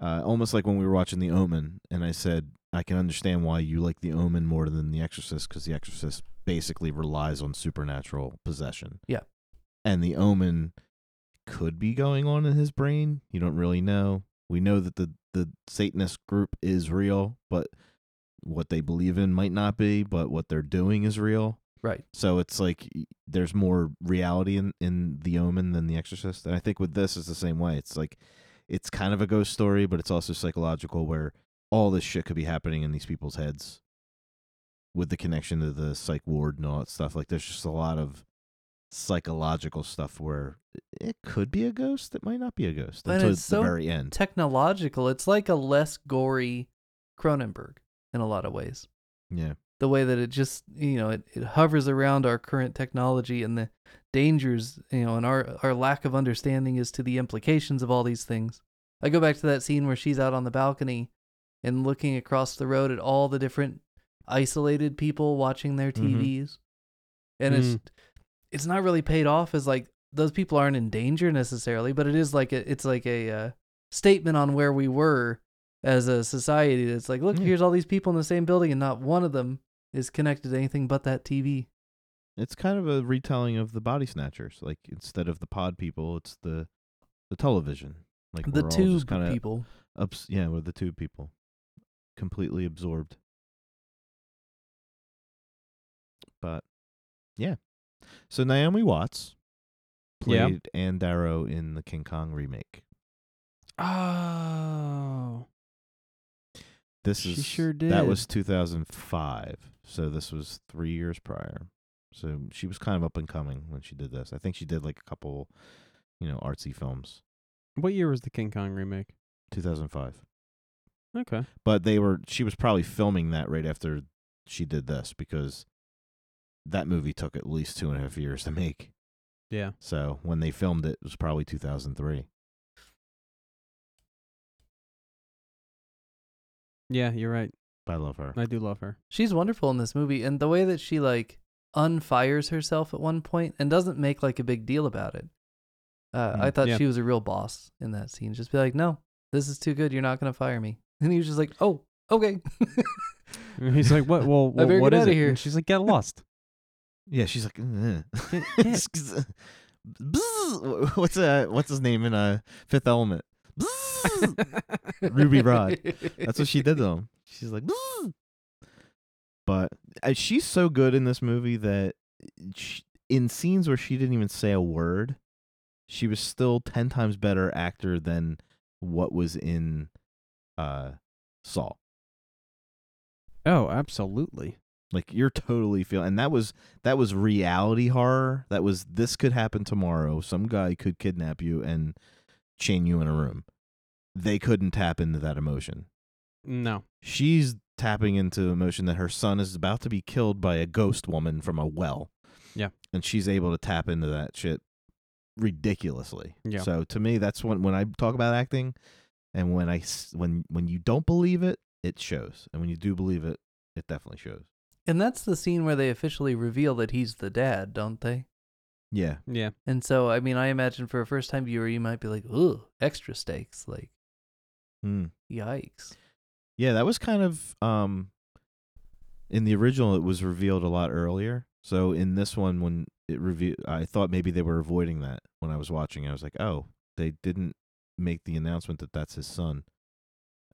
[SPEAKER 2] uh almost like when we were watching the omen and i said i can understand why you like the omen more than the exorcist because the exorcist basically relies on supernatural possession
[SPEAKER 1] Yeah.
[SPEAKER 2] and the omen could be going on in his brain you don't really know we know that the the satanist group is real but what they believe in might not be, but what they're doing is real.
[SPEAKER 1] Right.
[SPEAKER 2] So it's like y- there's more reality in, in The Omen than The Exorcist. And I think with this, it's the same way. It's like it's kind of a ghost story, but it's also psychological where all this shit could be happening in these people's heads with the connection to the psych ward and all that stuff. Like, there's just a lot of psychological stuff where it could be a ghost, it might not be a ghost
[SPEAKER 1] But
[SPEAKER 2] until
[SPEAKER 1] it's so
[SPEAKER 2] the very end.
[SPEAKER 1] Technological. It's like a less gory Cronenberg in a lot of ways.
[SPEAKER 2] yeah,
[SPEAKER 1] The way that it just you know it, it hovers around our current technology and the dangers you know and our our lack of understanding as to the implications of all these things. I go back to that scene where she's out on the balcony and looking across the road at all the different isolated people watching their
[SPEAKER 2] Mhm.
[SPEAKER 1] TVs. And
[SPEAKER 2] Mm.
[SPEAKER 1] it's it's not really paid off as like those people aren't in danger necessarily, but it is like a, it's like a uh, statement on where we were as a society. It's like, look,
[SPEAKER 2] Yeah.
[SPEAKER 1] here's all these people in the same building and not one of them is connected to anything but that TV.
[SPEAKER 2] it's kind of a retelling of the body snatchers. Like, instead of the pod people, it's the the television. Like
[SPEAKER 1] the
[SPEAKER 2] we're all
[SPEAKER 1] tube
[SPEAKER 2] just kind of
[SPEAKER 1] people.
[SPEAKER 2] Ups, yeah, with the two people, completely absorbed. But yeah, so Naomi Watts
[SPEAKER 3] Yeah.
[SPEAKER 2] played Anne Darrow in the King Kong remake.
[SPEAKER 3] Oh.
[SPEAKER 2] This
[SPEAKER 3] She
[SPEAKER 2] is
[SPEAKER 3] sure
[SPEAKER 2] that
[SPEAKER 3] did.
[SPEAKER 2] was 2005, so this was three years prior. So mm, she was kind of up and coming when she did this. I think she did like a couple, you know, artsy films.
[SPEAKER 3] What year was the King Kong remake?
[SPEAKER 2] 2005.
[SPEAKER 3] Okay.
[SPEAKER 2] but they were she was probably filming that right after she did this because that movie took at least two and a half years to make
[SPEAKER 3] Yeah.
[SPEAKER 2] so when they filmed it it was probably 2003
[SPEAKER 3] Yeah, you're right.
[SPEAKER 2] but i love her
[SPEAKER 3] I do love her.
[SPEAKER 1] She's wonderful in this movie and the way that she like unfires herself at one point and doesn't make like a big deal about it. Uh, I
[SPEAKER 2] Mm,
[SPEAKER 1] thought
[SPEAKER 3] yeah.
[SPEAKER 1] she was a real boss in that scene. Just be like, no, this is too good. You're not going to fire me. And he was just like, oh, okay.
[SPEAKER 3] And he's like, "What? Well,
[SPEAKER 1] better
[SPEAKER 3] well what
[SPEAKER 1] get
[SPEAKER 3] is
[SPEAKER 1] outta
[SPEAKER 3] it?"
[SPEAKER 1] here.
[SPEAKER 3] And she's like, "Get lost."
[SPEAKER 2] yeah she's like "Uh, "Ugh."
[SPEAKER 3] Get- get-
[SPEAKER 2] uh, Bzzz. what's uh what's his name in uh fifth element Bzzz. Ruby Rod. that's what she did to him she's like "Bzzz." but uh, she's so good in this movie that sh in scenes where she didn't even say a word, she was still ten times better actor than what was in uh, Saw.
[SPEAKER 3] oh, absolutely.
[SPEAKER 2] Like you're totally feeling, and that was that was reality horror. That was this could happen tomorrow. Some guy could kidnap you and chain you in a room. They couldn't tap into that emotion.
[SPEAKER 3] No.
[SPEAKER 2] She's tapping into emotion that her son is about to be killed by a ghost woman from a well.
[SPEAKER 3] Yeah.
[SPEAKER 2] And she's able to tap into that shit ridiculously.
[SPEAKER 3] Yeah.
[SPEAKER 2] So to me that's when when I talk about acting and when I s- when when you don't believe it, it shows. And when you do believe it, it definitely shows.
[SPEAKER 1] And that's the scene where they officially reveal that he's the dad, don't they?
[SPEAKER 2] Yeah.
[SPEAKER 3] Yeah.
[SPEAKER 1] And so, I mean, I imagine for a first time viewer, you might be like, ooh, extra stakes. Like,
[SPEAKER 2] Mm.
[SPEAKER 1] yikes.
[SPEAKER 2] Yeah, that was kind of um in the original it was revealed a lot earlier. So in this one when it reve- I thought maybe they were avoiding that when I was watching. I was like, "Oh, they didn't make the announcement that that's his son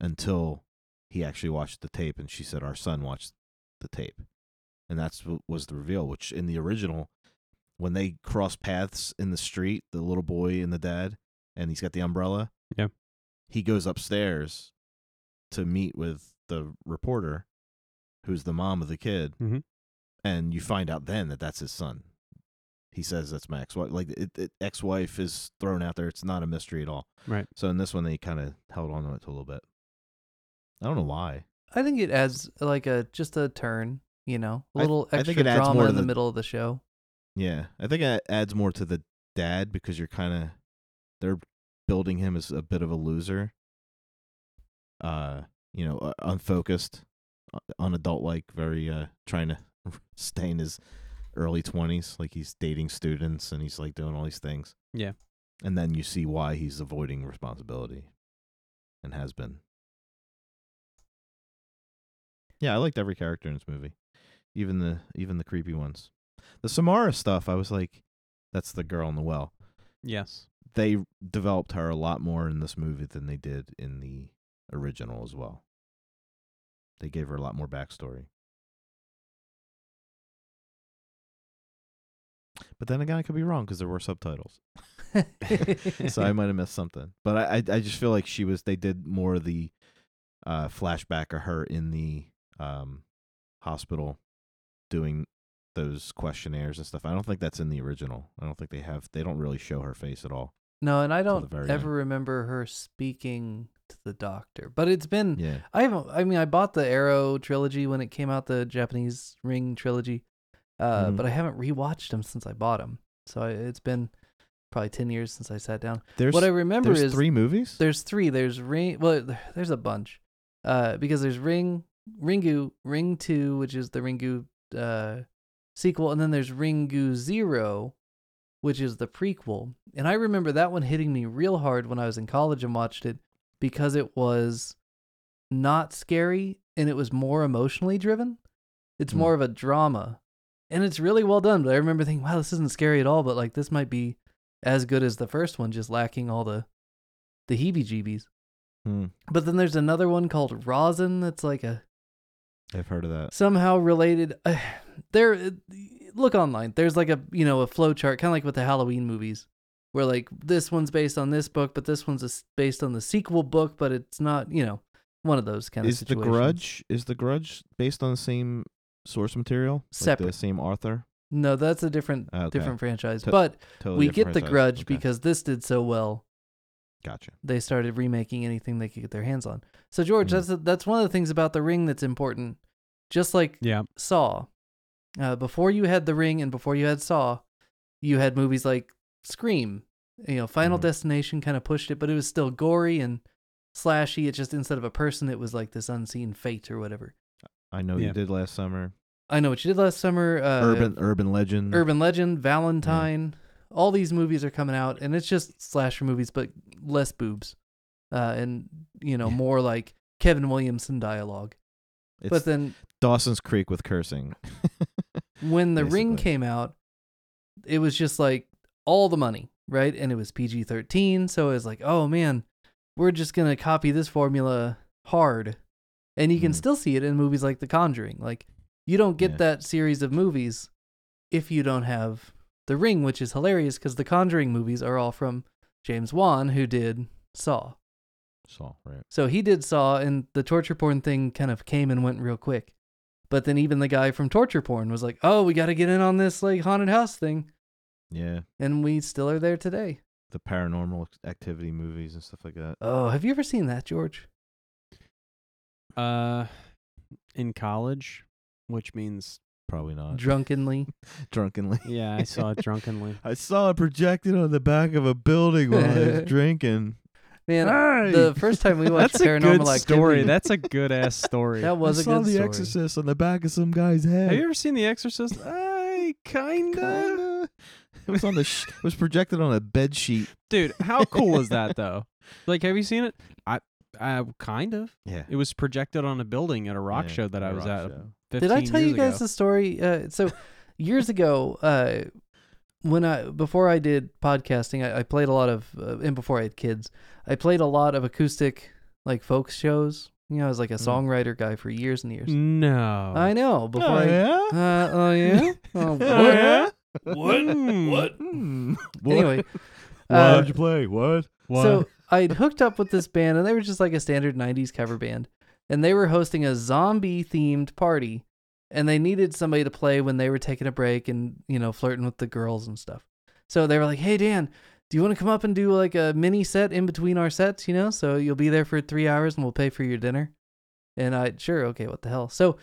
[SPEAKER 2] until he actually watched the tape and she said our son watched the tape." And that's what was the reveal, which in the original when they cross paths in the street, the little boy and the dad and he's got the umbrella.
[SPEAKER 3] Yeah.
[SPEAKER 2] He goes upstairs to meet with the reporter, who's the mom of the kid,
[SPEAKER 3] Mhm.
[SPEAKER 2] and you find out then that that's his son. He says that's my ex-wife. Like it, it, ex-wife is thrown out there. It's not a mystery at all.
[SPEAKER 3] Right.
[SPEAKER 2] So in this one, they kind of held on to it a little bit. I don't know why.
[SPEAKER 1] I think it adds like a just a turn, you know, a
[SPEAKER 2] I-
[SPEAKER 1] little
[SPEAKER 2] I think
[SPEAKER 1] extra
[SPEAKER 2] it adds
[SPEAKER 1] drama
[SPEAKER 2] more
[SPEAKER 1] in
[SPEAKER 2] to
[SPEAKER 1] the
[SPEAKER 2] the-
[SPEAKER 1] middle of the show.
[SPEAKER 2] Yeah, I think it adds more to the dad because you're kind of they're building him as a bit of a loser. Uh, you know, uh, unfocused, uh, unadult like, very uh trying to stay in his early 20s, like he's dating students and he's like doing all these things.
[SPEAKER 3] Yeah.
[SPEAKER 2] And then you see why he's avoiding responsibility and has been. Yeah, I liked every character in this movie. Even the even the creepy ones. The Samara stuff, I was like, that's the girl in the well.
[SPEAKER 3] Yes.
[SPEAKER 2] They developed her a lot more in this movie than they did in the original as well. They gave her a lot more backstory. But then again, I could be wrong because there were subtitles, so I might have missed something. But I, I, I just feel like she was. They did more of the uh, flashback of her in the um, hospital doing those questionnaires and stuff. I don't think that's in the original. I don't think they have. They don't really show her face at all.
[SPEAKER 1] No, and I
[SPEAKER 2] Till the
[SPEAKER 1] don't
[SPEAKER 2] very
[SPEAKER 1] ever
[SPEAKER 2] end.
[SPEAKER 1] remember her speaking to the doctor. But it's been
[SPEAKER 2] Yeah,
[SPEAKER 1] I haven't. I mean, I bought the Arrow trilogy when it came out, the Japanese Ring trilogy, uh,
[SPEAKER 2] Mhm.
[SPEAKER 1] but I haven't rewatched them since I bought them. So I, it's been probably ten years since I sat down.
[SPEAKER 2] there's
[SPEAKER 1] what I remember
[SPEAKER 2] there's
[SPEAKER 1] is
[SPEAKER 2] three movies.
[SPEAKER 1] there's three. There's Ring. Well, th- there's a bunch, uh, because there's Ring, Ringu, Ring Two, which is the Ringu uh, sequel, and then there's Ringu Zero, which is the prequel. And I remember that one hitting me real hard when I was in college and watched it because it was not scary and it was more emotionally driven. It's
[SPEAKER 2] Hmm.
[SPEAKER 1] more of a drama. And it's really well done, but I remember thinking, wow, this isn't scary at all, but like this might be as good as the first one, just lacking all the the heebie jeebies.
[SPEAKER 2] Hmm,
[SPEAKER 1] But then there's another one called Rosin that's like a
[SPEAKER 2] I've heard of that.
[SPEAKER 1] somehow related uh, there uh, look online there's like a you know a flow chart kind of like with the halloween movies where like this one's based on this book but this one's a s based on the sequel book but it's not you know one of those kind of
[SPEAKER 2] Is the
[SPEAKER 1] situations.
[SPEAKER 2] Grudge is the Grudge based on the same source material?
[SPEAKER 1] Separate.
[SPEAKER 2] Like the same author.
[SPEAKER 1] no that's a different
[SPEAKER 2] Ah, okay.
[SPEAKER 1] different franchise
[SPEAKER 2] To-
[SPEAKER 1] but
[SPEAKER 2] Totally
[SPEAKER 1] we
[SPEAKER 2] different
[SPEAKER 1] get the
[SPEAKER 2] franchise.
[SPEAKER 1] grudge
[SPEAKER 2] Okay,
[SPEAKER 1] because this did so well
[SPEAKER 2] gotcha.
[SPEAKER 1] they started remaking anything they could get their hands on so george
[SPEAKER 2] Mhm.
[SPEAKER 1] that's that's one of the things about the ring that's important just like
[SPEAKER 3] Yeah.
[SPEAKER 1] Saw. Uh, before you had The Ring and before you had Saw, you had movies like Scream. You know, Final
[SPEAKER 2] Mhm.
[SPEAKER 1] Destination kind of pushed it, but it was still gory and slashy. It just instead of a person, it was like this unseen fate or whatever.
[SPEAKER 2] I know
[SPEAKER 3] Yeah.
[SPEAKER 2] you did last summer.
[SPEAKER 1] I know what you did last summer. Uh,
[SPEAKER 2] urban Urban Legend. Mm-hmm.
[SPEAKER 1] Urban Legend, Valentine. All these movies are coming out, and it's just slasher movies, but less boobs, uh, and you know
[SPEAKER 2] Yeah.
[SPEAKER 1] more like Kevin Williamson dialogue.
[SPEAKER 2] It's
[SPEAKER 1] but then
[SPEAKER 2] Dawson's Creek with cursing.
[SPEAKER 1] when the ring
[SPEAKER 2] Basically.
[SPEAKER 1] came out it was just like all the money right and it was pg-13 so it was like oh man we're just gonna copy this formula hard and you can
[SPEAKER 2] Mhm.
[SPEAKER 1] still see it in movies like the conjuring like you don't get
[SPEAKER 2] Yeah.
[SPEAKER 1] that series of movies if you don't have the ring which is hilarious because the conjuring movies are all from james wan who did saw
[SPEAKER 2] Saw right.
[SPEAKER 1] so he did Saw, and the torture porn thing kind of came and went real quick. But then even the guy from torture porn was like, "Oh, we got to get in on this like haunted house thing,"
[SPEAKER 2] Yeah,
[SPEAKER 1] and we still are there today.
[SPEAKER 2] the paranormal activity movies and stuff like that.
[SPEAKER 1] Oh, have you ever seen that, George?
[SPEAKER 3] Uh, in college, which means
[SPEAKER 2] Probably not.
[SPEAKER 1] Drunkenly,
[SPEAKER 2] Drunkenly.
[SPEAKER 3] yeah, I saw it drunkenly.
[SPEAKER 2] I saw it projected on the back of a building while I was drinking.
[SPEAKER 1] man.
[SPEAKER 2] Hey!
[SPEAKER 1] The first time we watched
[SPEAKER 3] That's a
[SPEAKER 1] Paranormal
[SPEAKER 3] good
[SPEAKER 1] Activity,
[SPEAKER 3] story. That's a good ass story.
[SPEAKER 1] that was
[SPEAKER 2] I
[SPEAKER 1] a
[SPEAKER 2] saw
[SPEAKER 1] good
[SPEAKER 2] The
[SPEAKER 1] story.
[SPEAKER 2] Exorcist on the back of some guy's head.
[SPEAKER 3] Have you ever seen The Exorcist? I kinda.
[SPEAKER 2] Kinda. It was on the. Sh- it was projected on a bed sheet.
[SPEAKER 3] Dude, how cool is that though? Like, have you seen it? I, I kind of.
[SPEAKER 2] Yeah.
[SPEAKER 3] It was projected on a building at a rock
[SPEAKER 2] Yeah,
[SPEAKER 3] show that I
[SPEAKER 2] a
[SPEAKER 3] was
[SPEAKER 2] rock
[SPEAKER 3] at.
[SPEAKER 2] show.
[SPEAKER 3] 15
[SPEAKER 1] Did I tell
[SPEAKER 3] years
[SPEAKER 1] you guys
[SPEAKER 3] ago.
[SPEAKER 1] the story? Uh, so years ago, uh, when I before I did podcasting, I, I played a lot of, uh, and before I had kids, I played a lot of acoustic like folk shows. You know, I was like a
[SPEAKER 2] Mm.
[SPEAKER 1] songwriter guy for years and years.
[SPEAKER 3] No.
[SPEAKER 1] I know. Before
[SPEAKER 2] oh,
[SPEAKER 1] I,
[SPEAKER 2] yeah?
[SPEAKER 1] Uh, oh yeah. Oh,
[SPEAKER 2] Oh,
[SPEAKER 1] what?
[SPEAKER 2] yeah?
[SPEAKER 3] Mm.
[SPEAKER 2] Hmm. What?
[SPEAKER 1] Anyway,
[SPEAKER 2] Why'd
[SPEAKER 1] uh,
[SPEAKER 2] you play? What?
[SPEAKER 3] What?
[SPEAKER 1] So I'd hooked up with this band, and they were just like a standard '90s cover band, and they were hosting a zombie-themed party, and they needed somebody to play when they were taking a break and you know flirting with the girls and stuff. So they were like, "Hey Dan, do you want to come up and do like a mini set in between our sets? You know, so you'll be there for three hours, and we'll pay for your dinner." And I sure okay, what the hell? So,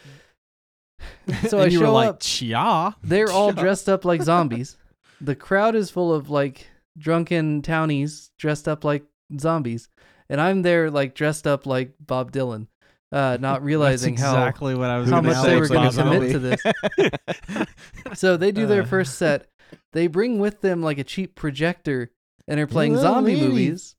[SPEAKER 1] so
[SPEAKER 3] and
[SPEAKER 1] I
[SPEAKER 3] you
[SPEAKER 1] show
[SPEAKER 3] were like,
[SPEAKER 1] up.
[SPEAKER 3] "Chia."
[SPEAKER 1] They're all
[SPEAKER 2] Yeah.
[SPEAKER 1] dressed up like zombies. the crowd is full of like drunken townies dressed up like zombies, and I'm there like dressed up like Bob Dylan, uh, not realizing
[SPEAKER 3] That's
[SPEAKER 1] how
[SPEAKER 3] exactly what I was
[SPEAKER 1] how
[SPEAKER 3] gonna
[SPEAKER 1] much
[SPEAKER 3] say
[SPEAKER 1] they were
[SPEAKER 3] was
[SPEAKER 1] going
[SPEAKER 3] Bob
[SPEAKER 1] to
[SPEAKER 3] Dylan.
[SPEAKER 1] commit to this. So they do their
[SPEAKER 3] Uh.
[SPEAKER 1] first set. They bring with them like a cheap projector and are playing
[SPEAKER 2] Little
[SPEAKER 1] zombie
[SPEAKER 2] lady.
[SPEAKER 1] movies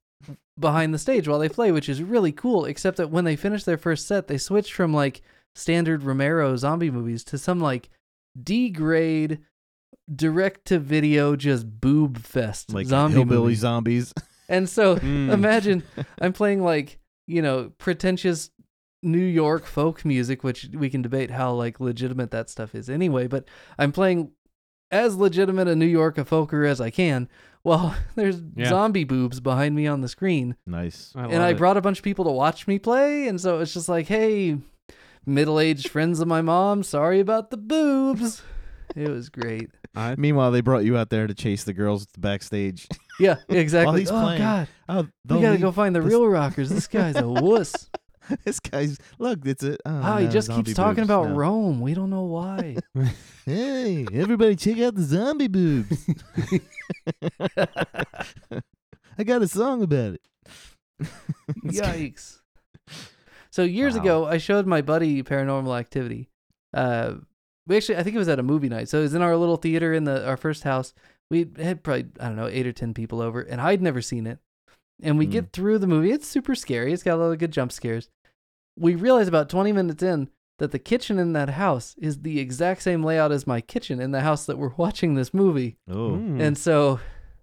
[SPEAKER 1] behind the stage while they play, which is really cool. Except that when they finish their first set, they switch from like standard Romero zombie movies to some like D grade direct to video just boob fest
[SPEAKER 2] Like
[SPEAKER 1] zombie
[SPEAKER 2] hillbilly
[SPEAKER 1] movies.
[SPEAKER 2] zombies.
[SPEAKER 1] And so
[SPEAKER 3] Mm.
[SPEAKER 1] imagine I'm playing like, you know, pretentious New York folk music, which we can debate how like legitimate that stuff is anyway, but I'm playing as legitimate a New York Fokker as I can, well, there's
[SPEAKER 3] Yeah.
[SPEAKER 1] zombie boobs behind me on the screen.
[SPEAKER 2] Nice.
[SPEAKER 3] I
[SPEAKER 1] and
[SPEAKER 3] love
[SPEAKER 1] I
[SPEAKER 3] it.
[SPEAKER 1] brought a bunch of people to watch me play, and so it's just like, hey, middle-aged friends of my mom, sorry about the boobs. It was great.
[SPEAKER 3] I-
[SPEAKER 2] Meanwhile, they brought you out there to chase the girls backstage.
[SPEAKER 1] Yeah, exactly.
[SPEAKER 2] he's
[SPEAKER 1] oh
[SPEAKER 2] playing,
[SPEAKER 1] God,
[SPEAKER 2] Oh,
[SPEAKER 1] we gotta
[SPEAKER 2] leave-
[SPEAKER 1] go find the
[SPEAKER 2] this-
[SPEAKER 1] real rockers. This guy's a wuss.
[SPEAKER 2] This guy's look. It's a. Oh,
[SPEAKER 1] Oh, he
[SPEAKER 2] no,
[SPEAKER 1] just keeps
[SPEAKER 2] zombie
[SPEAKER 1] talking
[SPEAKER 2] boobs,
[SPEAKER 1] about
[SPEAKER 2] no.
[SPEAKER 1] Rome. We don't know why.
[SPEAKER 2] Hey, everybody, check out the zombie boobs. I got a song about it.
[SPEAKER 1] Yikes. So years
[SPEAKER 2] Wow.
[SPEAKER 1] ago, I showed my buddy Paranormal Activity. Uh, we actually, I think it was at a movie night. So it was in our little theater in the our first house. We had probably I don't know eight or ten people over, and I'd never seen it. And we
[SPEAKER 2] Mm.
[SPEAKER 1] get through the movie. It's super scary. It's got a lot of good jump scares. We realize about twenty minutes in that the kitchen in that house is the exact same layout as my kitchen in the house that we're watching this movie.
[SPEAKER 2] Oh,
[SPEAKER 3] Mm.
[SPEAKER 1] And so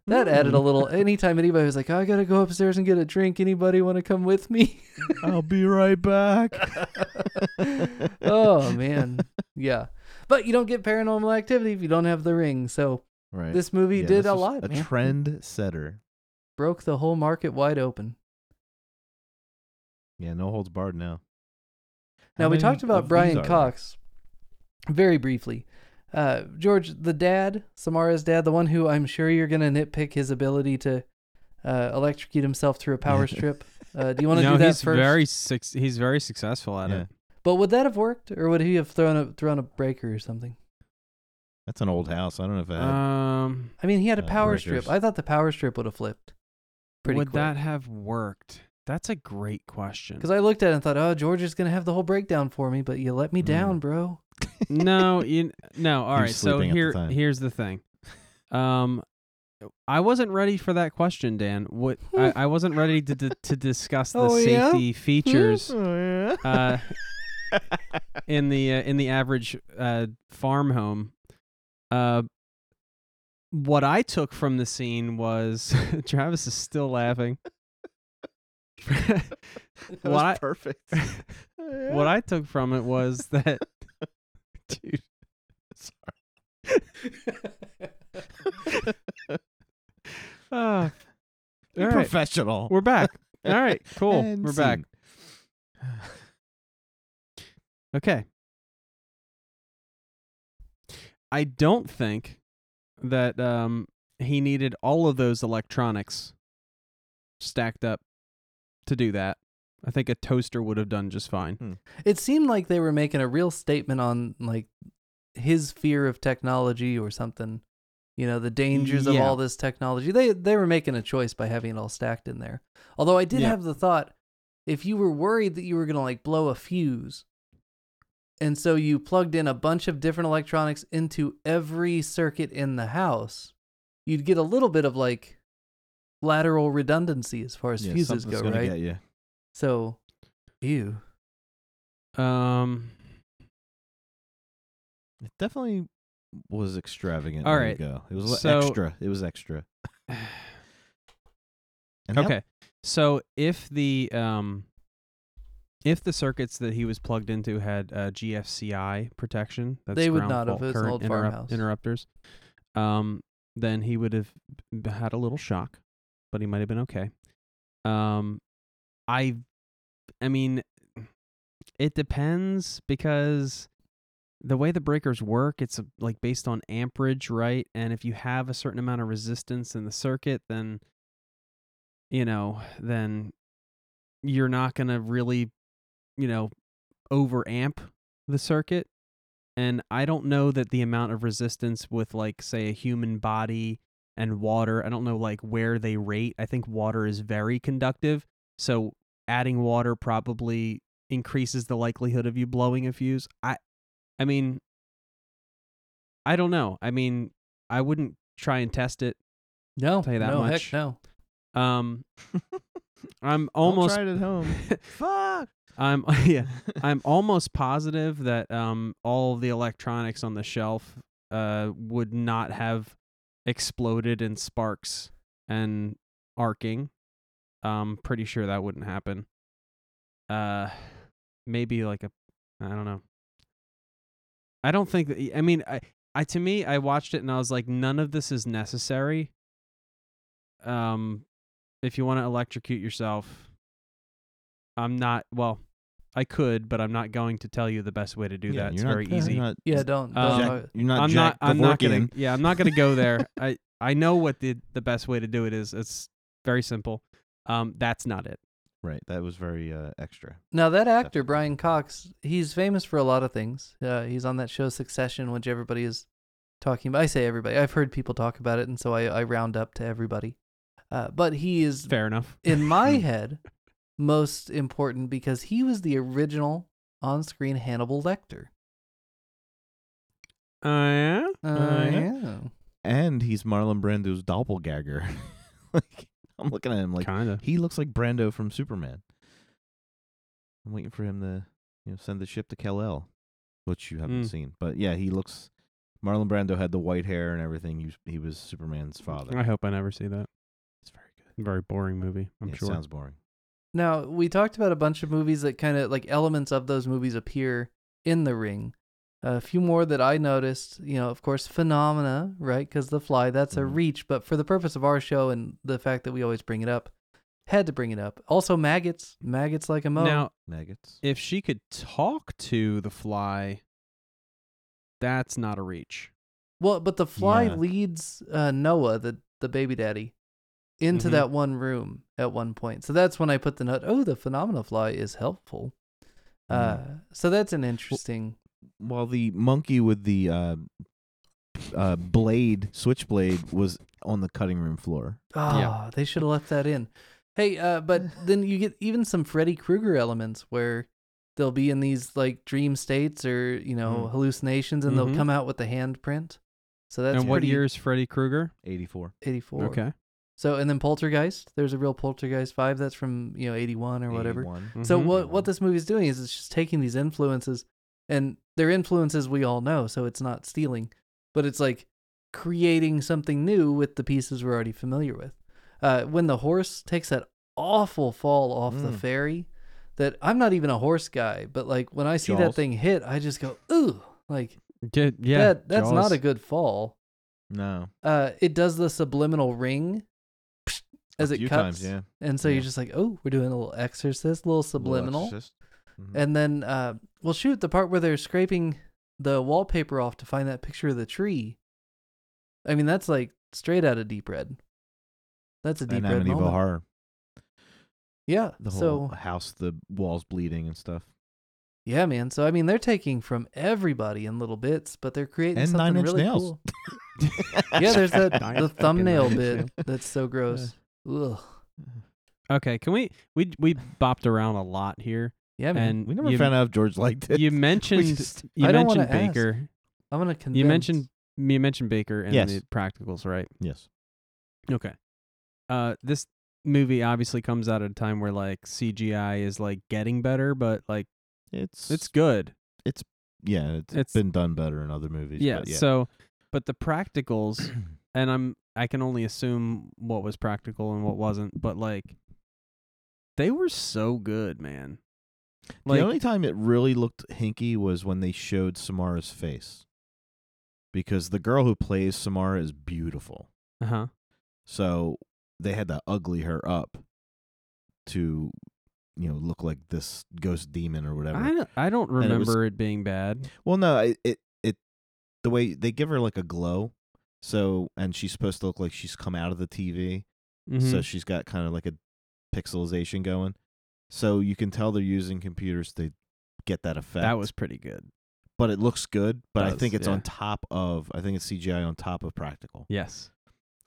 [SPEAKER 1] that added a
[SPEAKER 2] Mm.
[SPEAKER 1] little. Anytime anybody was like, "Oh, I got to go upstairs and get a drink, anybody want to come with me?
[SPEAKER 2] I'll be right back.
[SPEAKER 1] oh, man. Yeah. But you don't get paranormal activity if you don't have the ring. So
[SPEAKER 2] Right.
[SPEAKER 1] this movie
[SPEAKER 2] Yeah,
[SPEAKER 1] did
[SPEAKER 2] this
[SPEAKER 1] a
[SPEAKER 2] was
[SPEAKER 1] lot.
[SPEAKER 2] A
[SPEAKER 1] man.
[SPEAKER 2] trend setter.
[SPEAKER 1] Broke the whole market wide open.
[SPEAKER 2] Yeah, no holds barred now. How
[SPEAKER 1] Now, we
[SPEAKER 2] many
[SPEAKER 1] talked
[SPEAKER 2] of
[SPEAKER 1] about
[SPEAKER 2] these
[SPEAKER 1] Brian
[SPEAKER 2] are there?
[SPEAKER 1] Cox very briefly. Uh, George, the dad, Samara's dad, the one who I'm sure you're going to nitpick his ability to uh, electrocute himself through a power strip. Uh, do you want to
[SPEAKER 3] no,
[SPEAKER 1] do that
[SPEAKER 3] he's
[SPEAKER 1] first?
[SPEAKER 3] very suc- he's very successful at
[SPEAKER 2] Yeah.
[SPEAKER 3] it.
[SPEAKER 1] But would that have worked, or would he have thrown a thrown a breaker or something?
[SPEAKER 2] That's an old house. I don't know if it
[SPEAKER 1] Uh,
[SPEAKER 2] had
[SPEAKER 3] Um,
[SPEAKER 1] I mean, he had a
[SPEAKER 2] Uh,
[SPEAKER 1] power
[SPEAKER 2] breakers.
[SPEAKER 1] strip. I thought the power strip would have flipped. Pretty
[SPEAKER 3] would that have worked? That's a great question.
[SPEAKER 1] Because I looked at it and thought, oh, George is gonna have the whole breakdown for me, but you let me
[SPEAKER 3] Hmm.
[SPEAKER 2] Mm.
[SPEAKER 1] down, bro.
[SPEAKER 3] no, you, no. All
[SPEAKER 2] was
[SPEAKER 3] right. So
[SPEAKER 2] sleeping at the
[SPEAKER 3] here,
[SPEAKER 2] time.
[SPEAKER 3] here's the thing. Um, I wasn't ready for that question, Dan. What I, I wasn't ready to to, to discuss the
[SPEAKER 1] Oh, yeah?
[SPEAKER 3] safety features
[SPEAKER 2] Oh, yeah.
[SPEAKER 3] uh, in the uh, in the average uh, farm home. Uh, what I took from the scene was Travis is still laughing.
[SPEAKER 2] That
[SPEAKER 3] what
[SPEAKER 2] was
[SPEAKER 3] I-
[SPEAKER 2] perfect.
[SPEAKER 3] what I took from it was that, dude. Uh, all right,
[SPEAKER 2] professional.
[SPEAKER 3] we're back. All right, cool.
[SPEAKER 2] And
[SPEAKER 3] we're back.
[SPEAKER 2] scene.
[SPEAKER 3] Okay. I don't think that um, he needed all of those electronics stacked up to do that. I think a toaster would have done just fine.
[SPEAKER 1] It seemed like they were making a real statement on like his fear of technology or something. You know, the dangers of
[SPEAKER 3] Yeah.
[SPEAKER 1] all this technology. They they were making a choice by having it all stacked in there. Although I did
[SPEAKER 3] Yeah.
[SPEAKER 1] have the thought, if you were worried that you were gonna like blow a fuse, and so you plugged in a bunch of different electronics into every circuit in the house, you'd get a little bit of like lateral redundancy as far as
[SPEAKER 2] Yeah,
[SPEAKER 1] fuses
[SPEAKER 2] something's
[SPEAKER 1] go,
[SPEAKER 2] gonna
[SPEAKER 1] right?
[SPEAKER 2] Get you.
[SPEAKER 1] So, ew.
[SPEAKER 3] Um,
[SPEAKER 2] It definitely was extravagant.
[SPEAKER 3] All
[SPEAKER 2] All right,
[SPEAKER 3] right,
[SPEAKER 2] go. It was li-
[SPEAKER 3] so-
[SPEAKER 2] extra. It was extra. And how-
[SPEAKER 3] okay. So if the um, if the circuits that he was plugged into had uh, GFCI protection, that's
[SPEAKER 1] They would
[SPEAKER 3] ground
[SPEAKER 1] not have.
[SPEAKER 3] fault
[SPEAKER 1] It's an
[SPEAKER 3] current
[SPEAKER 1] old
[SPEAKER 3] interrup-
[SPEAKER 1] farmhouse.
[SPEAKER 3] interrupters, um, then he would have b- had a little shock, but he might have been okay. Um, I, I mean, it depends because the way the breakers work, it's uh, like based on amperage, right? And if you have a certain amount of resistance in the circuit, then you know, then you're not going to really, you know, over amp the circuit. And I don't know that the amount of resistance with like say a human body and water, I don't know like where they rate. I think water is very conductive, so adding water probably increases the likelihood of you blowing a fuse. I I mean I don't know. I mean, I wouldn't try and test it.
[SPEAKER 1] No,
[SPEAKER 3] tell you that
[SPEAKER 1] no,
[SPEAKER 3] much.
[SPEAKER 1] heck no.
[SPEAKER 3] Um I'm almost
[SPEAKER 2] Don't try it at home. Fuck.
[SPEAKER 3] I'm yeah. I'm almost positive that um all of the electronics on the shelf uh would not have exploded in sparks and arcing. I'm pretty sure that wouldn't happen. Uh maybe like a I don't know. I don't think that, I mean I I to me, I watched it and I was like, none of this is necessary. Um, if you want to electrocute yourself, I'm not. Well, I could, but I'm not going to tell you the best way to do that. It's
[SPEAKER 2] you're not-
[SPEAKER 3] very
[SPEAKER 1] yeah,
[SPEAKER 3] easy.
[SPEAKER 2] You're not,
[SPEAKER 1] Yeah, don't. don't
[SPEAKER 3] Um,
[SPEAKER 2] Jack-
[SPEAKER 1] talk-
[SPEAKER 2] you're not
[SPEAKER 3] I'm
[SPEAKER 2] Jack
[SPEAKER 3] not. I'm not gonna.
[SPEAKER 2] Kevorkian.
[SPEAKER 3] Yeah, I'm not gonna go there. I I know what the the best way to do it is. It's very simple. Um, that's not it.
[SPEAKER 2] Right. That was very uh, extra.
[SPEAKER 1] Now that actor
[SPEAKER 2] Definitely.
[SPEAKER 1] Brian Cox, he's famous for a lot of things. Uh, he's on that show Succession, which everybody is talking about. I say everybody. I've heard people talk about it, and so I, I round up to everybody. Uh, but he is,
[SPEAKER 3] Fair enough. Hmm.
[SPEAKER 1] in my head, most important because he was the original on-screen Hannibal Lecter.
[SPEAKER 3] Uh, yeah?
[SPEAKER 1] Uh,
[SPEAKER 2] Uh,
[SPEAKER 1] yeah.
[SPEAKER 2] And he's Marlon Brando's doppelganger. like I'm looking at him like
[SPEAKER 3] kinda.
[SPEAKER 2] he looks like Brando from Superman. I'm waiting for him to you know send the ship to Kal El, which you haven't
[SPEAKER 3] Mm.
[SPEAKER 2] seen. But yeah, he looks. Marlon Brando had the white hair and everything. He was, he was Superman's father.
[SPEAKER 3] Mm, I hope I never see that.
[SPEAKER 2] It's very good.
[SPEAKER 3] Very boring movie. I'm
[SPEAKER 2] Yeah, it
[SPEAKER 3] sure.
[SPEAKER 2] sounds boring.
[SPEAKER 1] Now, we talked about a bunch of movies that kind of like elements of those movies appear in The Ring. A few more that I noticed, you know, of course, Phenomena, right? Because The Fly, that's a
[SPEAKER 2] Mhm.
[SPEAKER 1] reach. But for the purpose of our show and the fact that we always bring it up, had to bring it up. Also, Maggots. Maggots like a mo.
[SPEAKER 3] now,
[SPEAKER 2] Maggots.
[SPEAKER 3] if she could talk to the fly, that's not a reach.
[SPEAKER 1] well, but The Fly
[SPEAKER 2] Yeah.
[SPEAKER 1] leads uh, Noah, the, the baby daddy, into
[SPEAKER 3] Mhm.
[SPEAKER 1] that one room at one point. So that's when I put the note, oh, the Phenomena Fly is helpful. Uh, so that's an interesting.
[SPEAKER 2] While the monkey with the uh, uh, blade, switchblade, was on the cutting room floor.
[SPEAKER 1] Oh,
[SPEAKER 3] Yeah.
[SPEAKER 1] they should have left that in. Hey, uh, but then you get even some Freddy Krueger elements where they'll be in these like dream states or you know
[SPEAKER 2] Mm.
[SPEAKER 1] hallucinations, and
[SPEAKER 3] Mhm.
[SPEAKER 1] they'll come out with the handprint. So that's
[SPEAKER 3] and what
[SPEAKER 1] pretty
[SPEAKER 3] year is Freddy Krueger?
[SPEAKER 2] 84.
[SPEAKER 1] eighty-four.
[SPEAKER 3] Okay.
[SPEAKER 1] So and then Poltergeist. There's a real Poltergeist five that's from you know eighty-one or whatever.
[SPEAKER 2] 81.
[SPEAKER 1] So
[SPEAKER 3] Mhm.
[SPEAKER 1] what what this movie's doing is it's just taking these influences, and they're influences we all know, so it's not stealing, but it's like creating something new with the pieces we're already familiar with. Uh, when the horse takes that awful fall off the
[SPEAKER 2] Mm.
[SPEAKER 1] ferry, that I'm not even a horse guy, but like when I see that
[SPEAKER 2] Jaws.
[SPEAKER 1] thing hit, I just go ooh, like
[SPEAKER 3] Ge- yeah,
[SPEAKER 1] that that's not
[SPEAKER 3] Jaws.
[SPEAKER 1] a good fall.
[SPEAKER 2] No.
[SPEAKER 1] Uh, it does the subliminal ring as
[SPEAKER 2] a
[SPEAKER 1] it
[SPEAKER 2] few
[SPEAKER 1] cuts,
[SPEAKER 2] times, yeah.
[SPEAKER 1] and so
[SPEAKER 2] yeah.
[SPEAKER 1] you're just like, oh, we're doing a little exorcist, little subliminal.
[SPEAKER 2] Mm-hmm.
[SPEAKER 1] And then, uh, well, shoot, the part where they're scraping the wallpaper off to find that picture of the tree. I mean, that's like straight out of Deep Red. That's a Deep
[SPEAKER 2] and
[SPEAKER 1] Red
[SPEAKER 2] Amityville
[SPEAKER 1] moment.
[SPEAKER 2] Horror.
[SPEAKER 1] Yeah.
[SPEAKER 2] The whole
[SPEAKER 1] so
[SPEAKER 2] house, the walls bleeding and stuff.
[SPEAKER 1] yeah, man. So I mean, they're taking from everybody in little bits, but they're creating
[SPEAKER 2] And
[SPEAKER 1] something
[SPEAKER 2] Nine Inch
[SPEAKER 1] really
[SPEAKER 2] Nails.
[SPEAKER 1] cool. yeah, there's that
[SPEAKER 3] Nine-
[SPEAKER 1] the
[SPEAKER 3] fucking
[SPEAKER 1] thumbnail
[SPEAKER 3] Nine
[SPEAKER 1] bit
[SPEAKER 3] Inch
[SPEAKER 1] that's so gross. Ugh.
[SPEAKER 3] Okay, can we we we bopped around a lot here,
[SPEAKER 1] Yeah, man.
[SPEAKER 3] and
[SPEAKER 2] We never
[SPEAKER 3] you,
[SPEAKER 2] found out if George liked it.
[SPEAKER 3] you mentioned
[SPEAKER 2] just-
[SPEAKER 3] you
[SPEAKER 1] I don't wanna
[SPEAKER 3] mentioned
[SPEAKER 1] ask.
[SPEAKER 3] Baker.
[SPEAKER 1] I'm gonna convince.
[SPEAKER 3] You mentioned you mentioned Baker and
[SPEAKER 2] Yes.
[SPEAKER 3] the practicals, right?
[SPEAKER 2] yes.
[SPEAKER 3] Okay. Uh, this movie obviously comes out at a time where like CGI is like getting better, but like
[SPEAKER 2] It's,
[SPEAKER 3] it's
[SPEAKER 2] it's,
[SPEAKER 3] good.
[SPEAKER 2] yeah, it's,
[SPEAKER 3] it's-
[SPEAKER 2] it's been done better in other movies.
[SPEAKER 3] yeah,
[SPEAKER 2] but yeah.
[SPEAKER 3] So, but the practicals, and I'm I can only assume what was practical and what wasn't, but like they were so good, man. Like
[SPEAKER 2] the only time it really looked hinky was when they showed Samara's face, because the girl who plays Samara is beautiful.
[SPEAKER 3] uh huh.
[SPEAKER 2] So they had to ugly her up to, you know, look like this ghost demon or whatever.
[SPEAKER 3] I don't, I don't
[SPEAKER 2] it was-
[SPEAKER 3] remember it, being bad.
[SPEAKER 2] Well, no, it, it it the way they give her like a glow. So and she's supposed to look like she's come out of the TV.
[SPEAKER 3] Mm-hmm.
[SPEAKER 2] So she's got kind of like a pixelization going. So you can tell they're using computers to get that effect.
[SPEAKER 3] that was pretty good.
[SPEAKER 2] but it looks good, but I
[SPEAKER 3] Does,
[SPEAKER 2] think it's
[SPEAKER 3] yeah.
[SPEAKER 2] on top of I think it's CGI on top of practical.
[SPEAKER 3] Yes.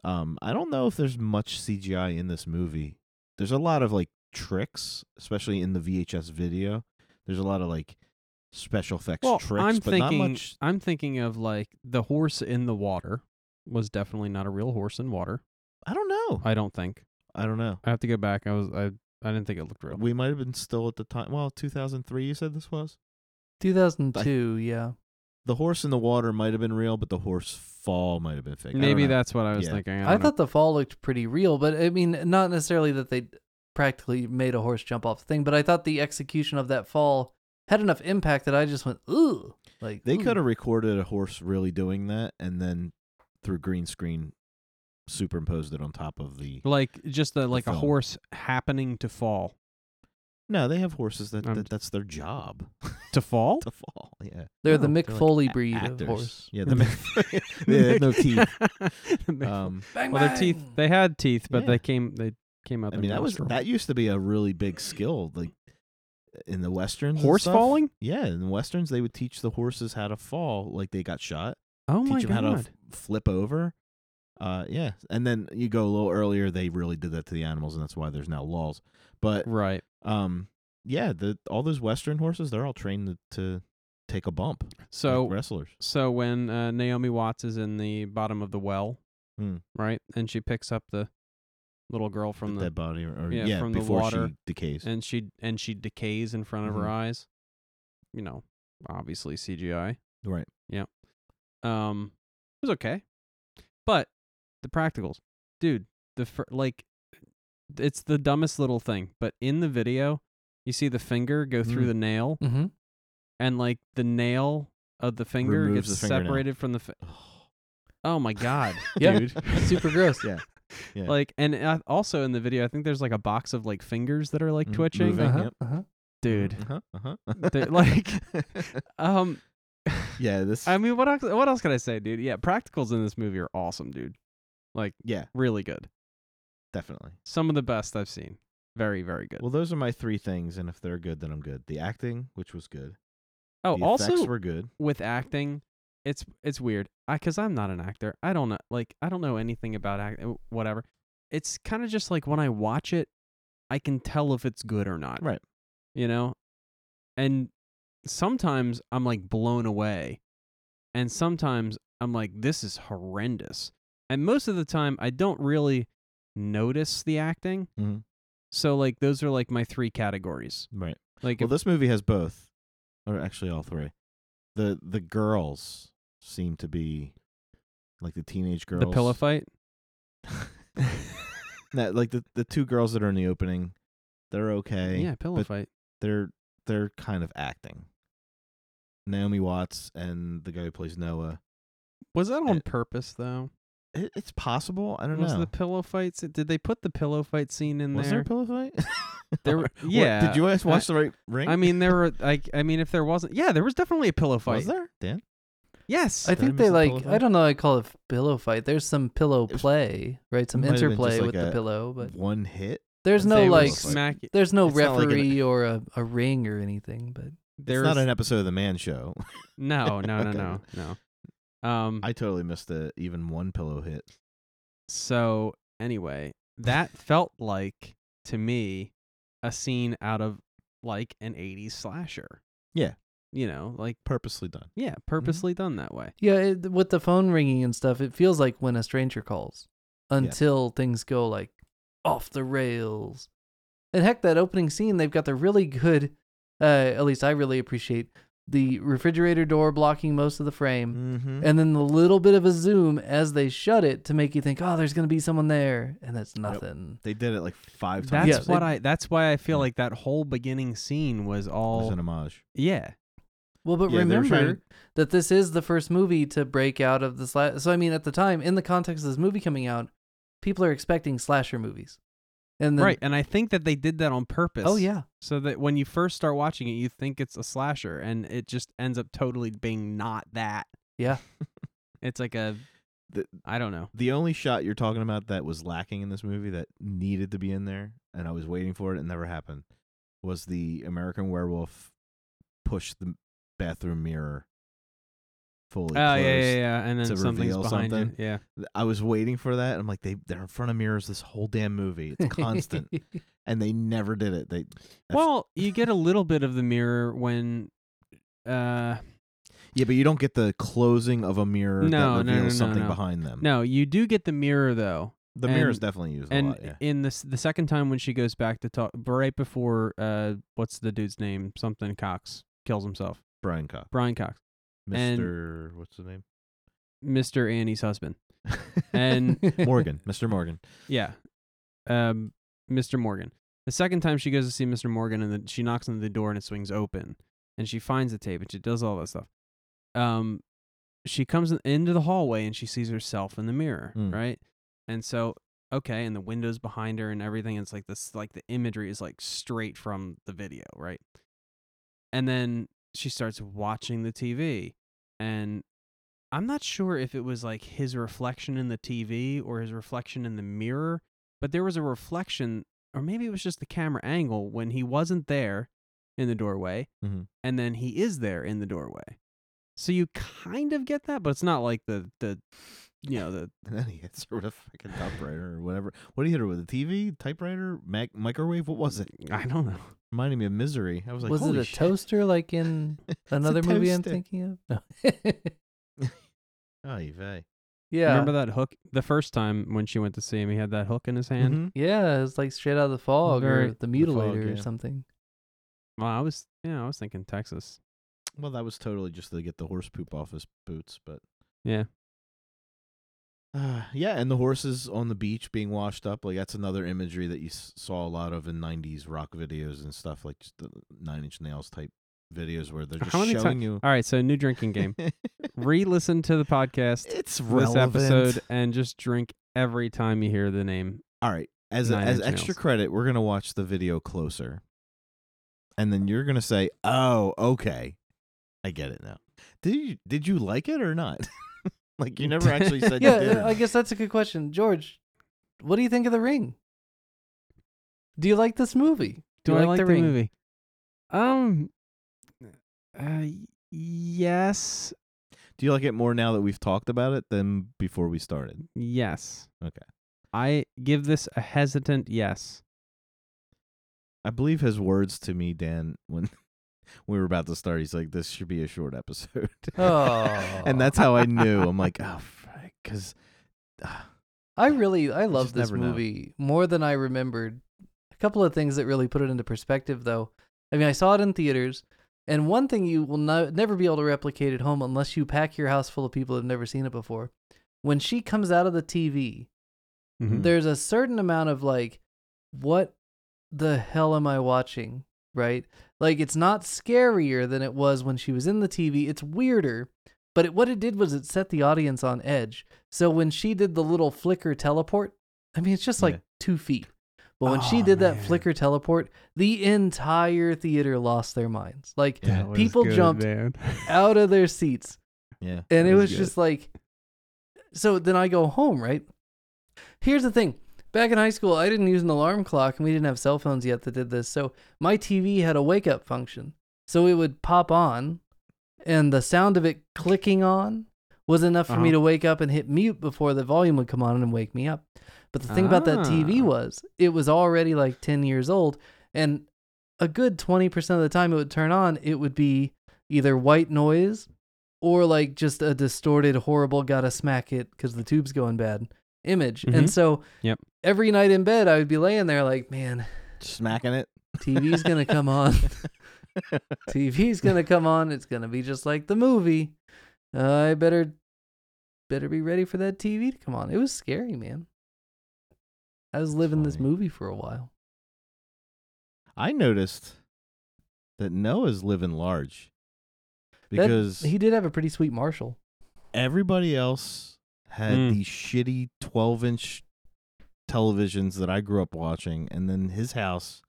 [SPEAKER 2] Um, I don't know if there's much CGI in this movie. There's a lot of like tricks, especially in the VHS video. There's a lot of like special effects
[SPEAKER 3] Well,
[SPEAKER 2] tricks,
[SPEAKER 3] I'm
[SPEAKER 2] but
[SPEAKER 3] thinking
[SPEAKER 2] not much.
[SPEAKER 3] I'm thinking of like the horse in the water was definitely not a real horse in water.
[SPEAKER 2] I don't know.
[SPEAKER 3] I don't think.
[SPEAKER 2] I don't know.
[SPEAKER 3] I have to go back. I was I I didn't think it looked real.
[SPEAKER 2] We might have been still at the time. Well, 2003. You said this was
[SPEAKER 1] 2002. yeah.
[SPEAKER 2] the horse in the water might have been real, but the horse fall might have been fake. I don't
[SPEAKER 3] Maybe
[SPEAKER 2] know.
[SPEAKER 3] that's what I was
[SPEAKER 2] Yeah.
[SPEAKER 3] thinking.
[SPEAKER 1] I, thought the fall looked pretty real, but I mean, not necessarily that they practically made a horse jump off the thing, but I thought the execution of that fall had enough impact that I just went ooh. Like
[SPEAKER 2] They
[SPEAKER 1] "Ooh."
[SPEAKER 2] could have recorded a horse really doing that and then through green screen superimposed it on top of the
[SPEAKER 3] Like just a, like a
[SPEAKER 2] film.
[SPEAKER 3] horse happening to fall.
[SPEAKER 2] No, they have horses that,
[SPEAKER 3] I'm-
[SPEAKER 2] that that's their job
[SPEAKER 3] To fall?
[SPEAKER 2] to fall. Yeah.
[SPEAKER 1] They're the
[SPEAKER 3] No,
[SPEAKER 1] Mick
[SPEAKER 2] they're like
[SPEAKER 1] Foley
[SPEAKER 2] a-
[SPEAKER 1] breed
[SPEAKER 2] actors.
[SPEAKER 1] of horse.
[SPEAKER 2] Yeah, the Mick- yeah, they have no teeth.
[SPEAKER 3] The Mick-
[SPEAKER 2] Um,
[SPEAKER 1] Bang,
[SPEAKER 3] well, their teeth
[SPEAKER 1] bang!
[SPEAKER 3] they had teeth, but
[SPEAKER 2] Yeah.
[SPEAKER 3] they came they came out
[SPEAKER 2] I
[SPEAKER 3] their
[SPEAKER 2] mean, that was
[SPEAKER 3] nostril.
[SPEAKER 2] that used to be a really big skill, like in the westerns. and
[SPEAKER 3] horse
[SPEAKER 2] stuff.
[SPEAKER 3] falling?
[SPEAKER 2] Yeah, in the westerns, they would teach the horses how to fall, like they got shot.
[SPEAKER 3] Oh my
[SPEAKER 2] teach them
[SPEAKER 3] god.
[SPEAKER 2] how to f- flip over. Uh, yeah, and then you go a little earlier. They really did that to the animals, and that's why there's now laws. But
[SPEAKER 3] right.
[SPEAKER 2] um, yeah, the all those western horses, they're all trained to, to take a bump. like
[SPEAKER 3] So
[SPEAKER 2] wrestlers.
[SPEAKER 3] So when uh, Naomi Watts is in the bottom of the well,
[SPEAKER 2] Mm.
[SPEAKER 3] right, and she picks up the little girl from the,
[SPEAKER 2] dead body or, or-
[SPEAKER 3] yeah,
[SPEAKER 2] yeah,
[SPEAKER 3] from the
[SPEAKER 2] before
[SPEAKER 3] water
[SPEAKER 2] she decays.
[SPEAKER 3] and she and she decays in front of
[SPEAKER 2] Mhm.
[SPEAKER 3] her eyes. You know, obviously CGI.
[SPEAKER 2] right.
[SPEAKER 3] Um, it was okay, but the practicals, dude. The fir- like, it's the dumbest little thing. But in the video, you see the finger go through
[SPEAKER 2] Mm.
[SPEAKER 3] the nail,
[SPEAKER 1] Mm-hmm.
[SPEAKER 3] and like the nail of the finger
[SPEAKER 2] Removes
[SPEAKER 3] gets
[SPEAKER 2] the fingernail.
[SPEAKER 3] separated from the. Fi- oh my god,
[SPEAKER 1] Yeah.
[SPEAKER 3] dude!
[SPEAKER 1] Super gross.
[SPEAKER 2] Yeah. Yeah.
[SPEAKER 3] Like, and uh, also in the video, I think there's like a box of like fingers that are like
[SPEAKER 2] Mm,
[SPEAKER 3] twitching,
[SPEAKER 2] moving.
[SPEAKER 1] Uh-huh,
[SPEAKER 2] Yep.
[SPEAKER 1] uh-huh.
[SPEAKER 3] dude.
[SPEAKER 2] Uh-huh, uh-huh.
[SPEAKER 3] They're like- Um,
[SPEAKER 2] yeah, this.
[SPEAKER 3] I mean, what else, what else can I say, dude? Yeah, practicals in this movie are awesome, dude. Like,
[SPEAKER 2] yeah,
[SPEAKER 3] really good.
[SPEAKER 2] definitely.
[SPEAKER 3] Some of the best I've seen. Very, very good.
[SPEAKER 2] Well, those are my three things, and if they're good, then I'm good. The acting, which was good.
[SPEAKER 3] oh,
[SPEAKER 2] the
[SPEAKER 3] also
[SPEAKER 2] effects were good.
[SPEAKER 3] with acting, it's it's weird. I cuz I'm not an actor. I don't know like I don't know anything about acting whatever. It's kind of just like when I watch it, I can tell if it's good or not.
[SPEAKER 2] Right.
[SPEAKER 3] You know? And sometimes I'm like blown away. And sometimes I'm like this is horrendous. And most of the time I don't really notice the acting.
[SPEAKER 2] Mhm.
[SPEAKER 3] So like those are like my three categories.
[SPEAKER 2] Right.
[SPEAKER 3] Like
[SPEAKER 2] Well,
[SPEAKER 3] if-
[SPEAKER 2] this movie has both, or actually all three. the The girls seem to be like the teenage girls.
[SPEAKER 3] the pillow fight.
[SPEAKER 2] No, like the the two girls that are in the opening, they're okay.
[SPEAKER 3] yeah, pillow
[SPEAKER 2] but
[SPEAKER 3] fight.
[SPEAKER 2] they're they're kind of acting. Naomi Watts and the guy who plays Noah.
[SPEAKER 3] Was that on
[SPEAKER 2] Uh,
[SPEAKER 3] purpose though?
[SPEAKER 2] It, it's possible. I don't
[SPEAKER 3] Was
[SPEAKER 2] know.
[SPEAKER 3] the pillow fight? se- Did they put the pillow fight scene in
[SPEAKER 2] was there
[SPEAKER 3] there?
[SPEAKER 2] a pillow fight?
[SPEAKER 3] There were-
[SPEAKER 2] What,
[SPEAKER 3] yeah,
[SPEAKER 2] Did you guys watch the right ring?
[SPEAKER 3] I mean, there were like, I mean, if there wasn't, yeah, there was definitely a pillow fight.
[SPEAKER 2] was there Dan?
[SPEAKER 3] Yes,
[SPEAKER 1] I
[SPEAKER 2] Did I
[SPEAKER 1] think
[SPEAKER 2] miss
[SPEAKER 1] they
[SPEAKER 2] the
[SPEAKER 1] like
[SPEAKER 2] pillow
[SPEAKER 1] I
[SPEAKER 2] fight?
[SPEAKER 1] don't know. I call it pillow fight. There's some pillow
[SPEAKER 2] It was-
[SPEAKER 1] play, right? Some
[SPEAKER 2] might have been just
[SPEAKER 1] interplay
[SPEAKER 2] like
[SPEAKER 1] with the
[SPEAKER 2] a-
[SPEAKER 1] pillow, but
[SPEAKER 2] One hit.
[SPEAKER 1] there's
[SPEAKER 2] They
[SPEAKER 1] no
[SPEAKER 2] were
[SPEAKER 1] like
[SPEAKER 2] just like-
[SPEAKER 3] smack.
[SPEAKER 1] there's no
[SPEAKER 2] It's not like an-
[SPEAKER 1] referee or a, a ring or anything. But
[SPEAKER 3] There's
[SPEAKER 2] it's not an episode of the Man Show.
[SPEAKER 3] no, no, no,
[SPEAKER 2] Okay.
[SPEAKER 3] no, no. Um.
[SPEAKER 2] I totally missed the even one pillow hit.
[SPEAKER 3] so anyway, that felt like to me a scene out of like an '80s slasher.
[SPEAKER 2] Yeah. Mm-hmm.
[SPEAKER 3] You know, like
[SPEAKER 2] Purposely done.
[SPEAKER 3] yeah, purposely done that way.
[SPEAKER 1] yeah, it, with the phone ringing and stuff, it feels like when a stranger calls. Until things go like off the rails, and heck, that opening scene they've got the really good. Uh, at least I really appreciate the refrigerator door blocking most of the frame.
[SPEAKER 2] Mm-hmm.
[SPEAKER 1] and then the little bit of a zoom as they shut it to make you think, oh, there's gonna be someone there, and that's nothing.
[SPEAKER 2] they did it like five
[SPEAKER 3] That's
[SPEAKER 2] times.
[SPEAKER 1] Yeah,
[SPEAKER 3] what
[SPEAKER 1] they-
[SPEAKER 3] I. That's why I feel
[SPEAKER 2] Yeah.
[SPEAKER 3] like that whole beginning scene was
[SPEAKER 2] It
[SPEAKER 3] all.
[SPEAKER 2] was an homage.
[SPEAKER 3] yeah.
[SPEAKER 1] Well, but
[SPEAKER 2] Yeah, they were
[SPEAKER 1] remember
[SPEAKER 2] trying-
[SPEAKER 1] that this is the first movie to break out of the slash. So I mean, at the time, in the context of this movie coming out, people are expecting slasher movies, and then,
[SPEAKER 3] right. And I think that they did that on purpose.
[SPEAKER 1] Oh yeah,
[SPEAKER 3] So that when you first start watching it, you think it's a slasher, and it just ends up totally being not that.
[SPEAKER 1] Yeah.
[SPEAKER 3] it's like a.
[SPEAKER 2] The-
[SPEAKER 3] I don't know.
[SPEAKER 2] The only shot you're talking about that was lacking in this movie that needed to be in there, and I was waiting for it, it never happened, was the American werewolf push the bathroom mirror fully
[SPEAKER 3] Oh yeah,
[SPEAKER 2] closed.
[SPEAKER 3] yeah, yeah, and then
[SPEAKER 2] to
[SPEAKER 3] something's
[SPEAKER 2] reveal
[SPEAKER 3] behind
[SPEAKER 2] something.
[SPEAKER 3] you. Yeah.
[SPEAKER 2] I was waiting for that. and I'm like, they they're in front of mirrors this whole damn movie. It's constant, and they never did it. They That's-
[SPEAKER 3] Well, you get a little bit of the mirror when. Uh,
[SPEAKER 2] Hmm. yeah, but you don't get the closing of a mirror
[SPEAKER 3] No, no,
[SPEAKER 2] that reveals
[SPEAKER 3] no, no,
[SPEAKER 2] something
[SPEAKER 3] no.
[SPEAKER 2] behind them.
[SPEAKER 3] no, you do get the mirror though,
[SPEAKER 2] the mirror is
[SPEAKER 3] and-
[SPEAKER 2] definitely used
[SPEAKER 3] and
[SPEAKER 2] a lot. Yeah,
[SPEAKER 3] in this the second time when she goes back to talk right before uh what's the dude's name something cox kills himself
[SPEAKER 2] Brian Cox,
[SPEAKER 3] brian cox and-
[SPEAKER 2] Mister, what's the name?
[SPEAKER 3] mr annie's husband and
[SPEAKER 2] Morgan, Mr. Morgan.
[SPEAKER 3] yeah um mr morgan the second time she goes to see mr morgan and then she knocks on the door and it swings open and she finds the tape and she does all that stuff. Um, she comes in- into the hallway and she sees herself in the mirror,
[SPEAKER 2] Mm.
[SPEAKER 3] right? And so, okay, and the windows behind her and everything. It's like this, like the imagery is like straight from the video, right? And then she starts watching the TV, and I'm not sure if it was like his reflection in the TV or his reflection in the mirror, but there was a reflection, or maybe it was just the camera angle when he wasn't there in the doorway,
[SPEAKER 2] Mhm.
[SPEAKER 3] and then he is there in the doorway. So you kind of get that, but it's not like the the you know the
[SPEAKER 2] And then he hits her with a fucking typewriter or whatever. What did he hit her with? A TV, typewriter, mag- microwave? What was it?
[SPEAKER 3] I don't know.
[SPEAKER 2] Reminded me of Misery. I was like,
[SPEAKER 1] was it
[SPEAKER 2] "Holy
[SPEAKER 1] a
[SPEAKER 2] shit."
[SPEAKER 1] toaster like in
[SPEAKER 2] It's a
[SPEAKER 1] another movie I'm
[SPEAKER 2] toaster.
[SPEAKER 1] thinking of? No.
[SPEAKER 2] Ay vey.
[SPEAKER 1] yeah.
[SPEAKER 3] Remember that hook the first time when she went to see him, he had that hook in his hand.
[SPEAKER 2] Mhm.
[SPEAKER 1] Yeah, it's like straight out of the fog
[SPEAKER 3] Very-
[SPEAKER 1] or the
[SPEAKER 2] The
[SPEAKER 1] mutilator
[SPEAKER 2] Fog,
[SPEAKER 1] or
[SPEAKER 2] yeah.
[SPEAKER 1] something.
[SPEAKER 2] Mm-hmm.
[SPEAKER 3] Well, I was yeah, I was thinking Texas.
[SPEAKER 2] Well, that was totally just to get the horse poop off his boots, but
[SPEAKER 3] Yeah.
[SPEAKER 2] Uh, yeah, and the horses on the beach being washed up, like that's another imagery that you s- saw a lot of in '90s rock videos and stuff, like just the Nine Inch Nails type videos where they're just
[SPEAKER 3] How many
[SPEAKER 2] showing
[SPEAKER 3] ti-
[SPEAKER 2] you.
[SPEAKER 3] All right, so new drinking game. Re-listen to the podcast
[SPEAKER 2] it's
[SPEAKER 3] this
[SPEAKER 2] relevant.
[SPEAKER 3] episode and just drink every time you hear the name.
[SPEAKER 2] All right, as
[SPEAKER 3] Nine
[SPEAKER 2] as
[SPEAKER 3] Inch
[SPEAKER 2] extra
[SPEAKER 3] Nails.
[SPEAKER 2] credit, we're gonna watch the video closer, and then you're gonna say, "Oh, okay, I get it now." Did you did you like it or not? like you never actually said
[SPEAKER 1] Yeah,
[SPEAKER 2] you did. or
[SPEAKER 1] uh, I
[SPEAKER 2] not.
[SPEAKER 1] guess that's a good question. George, what do you think of The Ring? Do you like this movie?
[SPEAKER 3] Do
[SPEAKER 1] you
[SPEAKER 3] I like the, movie? Um uh, yes.
[SPEAKER 2] Do you like it more now that we've talked about it than before we started?
[SPEAKER 3] Yes.
[SPEAKER 2] Okay.
[SPEAKER 3] I give this a hesitant yes.
[SPEAKER 2] I believe his words to me, Dan, when we were about to start, he's like, "This should be a short episode,"
[SPEAKER 1] Oh.
[SPEAKER 2] and that's how I knew. I'm like, "Oh, because
[SPEAKER 1] I really I love
[SPEAKER 2] just
[SPEAKER 1] this
[SPEAKER 2] never know.
[SPEAKER 1] movie more than I remembered. A couple of things that really put it into perspective though. I mean, I saw it in theaters, and one thing you will no- never be able to replicate at home unless you pack your house full of people who've never seen it before. When she comes out of the TV,
[SPEAKER 3] Mm-hmm.
[SPEAKER 2] Mhm.
[SPEAKER 1] there's a certain amount of like what the hell am i watching right like it's not scarier than it was when she was in the tv it's weirder but it, what it did was it set the audience on edge so when she did the little flicker teleport i mean it's just like
[SPEAKER 2] Yeah.
[SPEAKER 1] two feet but when she
[SPEAKER 3] Oh,
[SPEAKER 1] did that
[SPEAKER 3] man.
[SPEAKER 1] flicker teleport the entire theater lost their minds like
[SPEAKER 2] Yeah.
[SPEAKER 3] That was
[SPEAKER 1] People
[SPEAKER 3] good,
[SPEAKER 1] jumped
[SPEAKER 3] man.
[SPEAKER 1] out of their seats
[SPEAKER 2] yeah,"
[SPEAKER 1] and
[SPEAKER 2] it
[SPEAKER 1] it was
[SPEAKER 2] good.
[SPEAKER 1] just like, so then I go home, right? Here's the thing. Back in high school, I didn't use an alarm clock and we didn't have cell phones yet that did this. So my TV had a wake up function. So it would pop on and the sound of it clicking on was enough for me
[SPEAKER 3] Uh-huh.
[SPEAKER 1] to wake up and hit mute before the volume would come on and wake me up. But the thing about that TV
[SPEAKER 3] Ah.
[SPEAKER 1] was it was already like 10 years old and a good 20% of the time it would turn on, it would be either white noise or like just a distorted, horrible, gotta smack it because the tube's going bad image. And
[SPEAKER 2] Mm-hmm.
[SPEAKER 3] Mhm.
[SPEAKER 1] so
[SPEAKER 3] Yep.
[SPEAKER 1] every night in bed, I would be laying there like, man,
[SPEAKER 2] smacking it.
[SPEAKER 1] TV's gonna come on. TV's gonna come on. It's gonna be just like the movie. I better, better be ready for that TV to come on. It was scary, man. I was living this
[SPEAKER 2] funny.
[SPEAKER 1] movie for a while.
[SPEAKER 2] I noticed that Noah's living large
[SPEAKER 1] That-
[SPEAKER 2] because
[SPEAKER 1] he did have a pretty sweet Marshall.
[SPEAKER 2] everybody else had
[SPEAKER 3] Mm.
[SPEAKER 2] these shitty 12 inch televisions that I grew up watching. And then his house,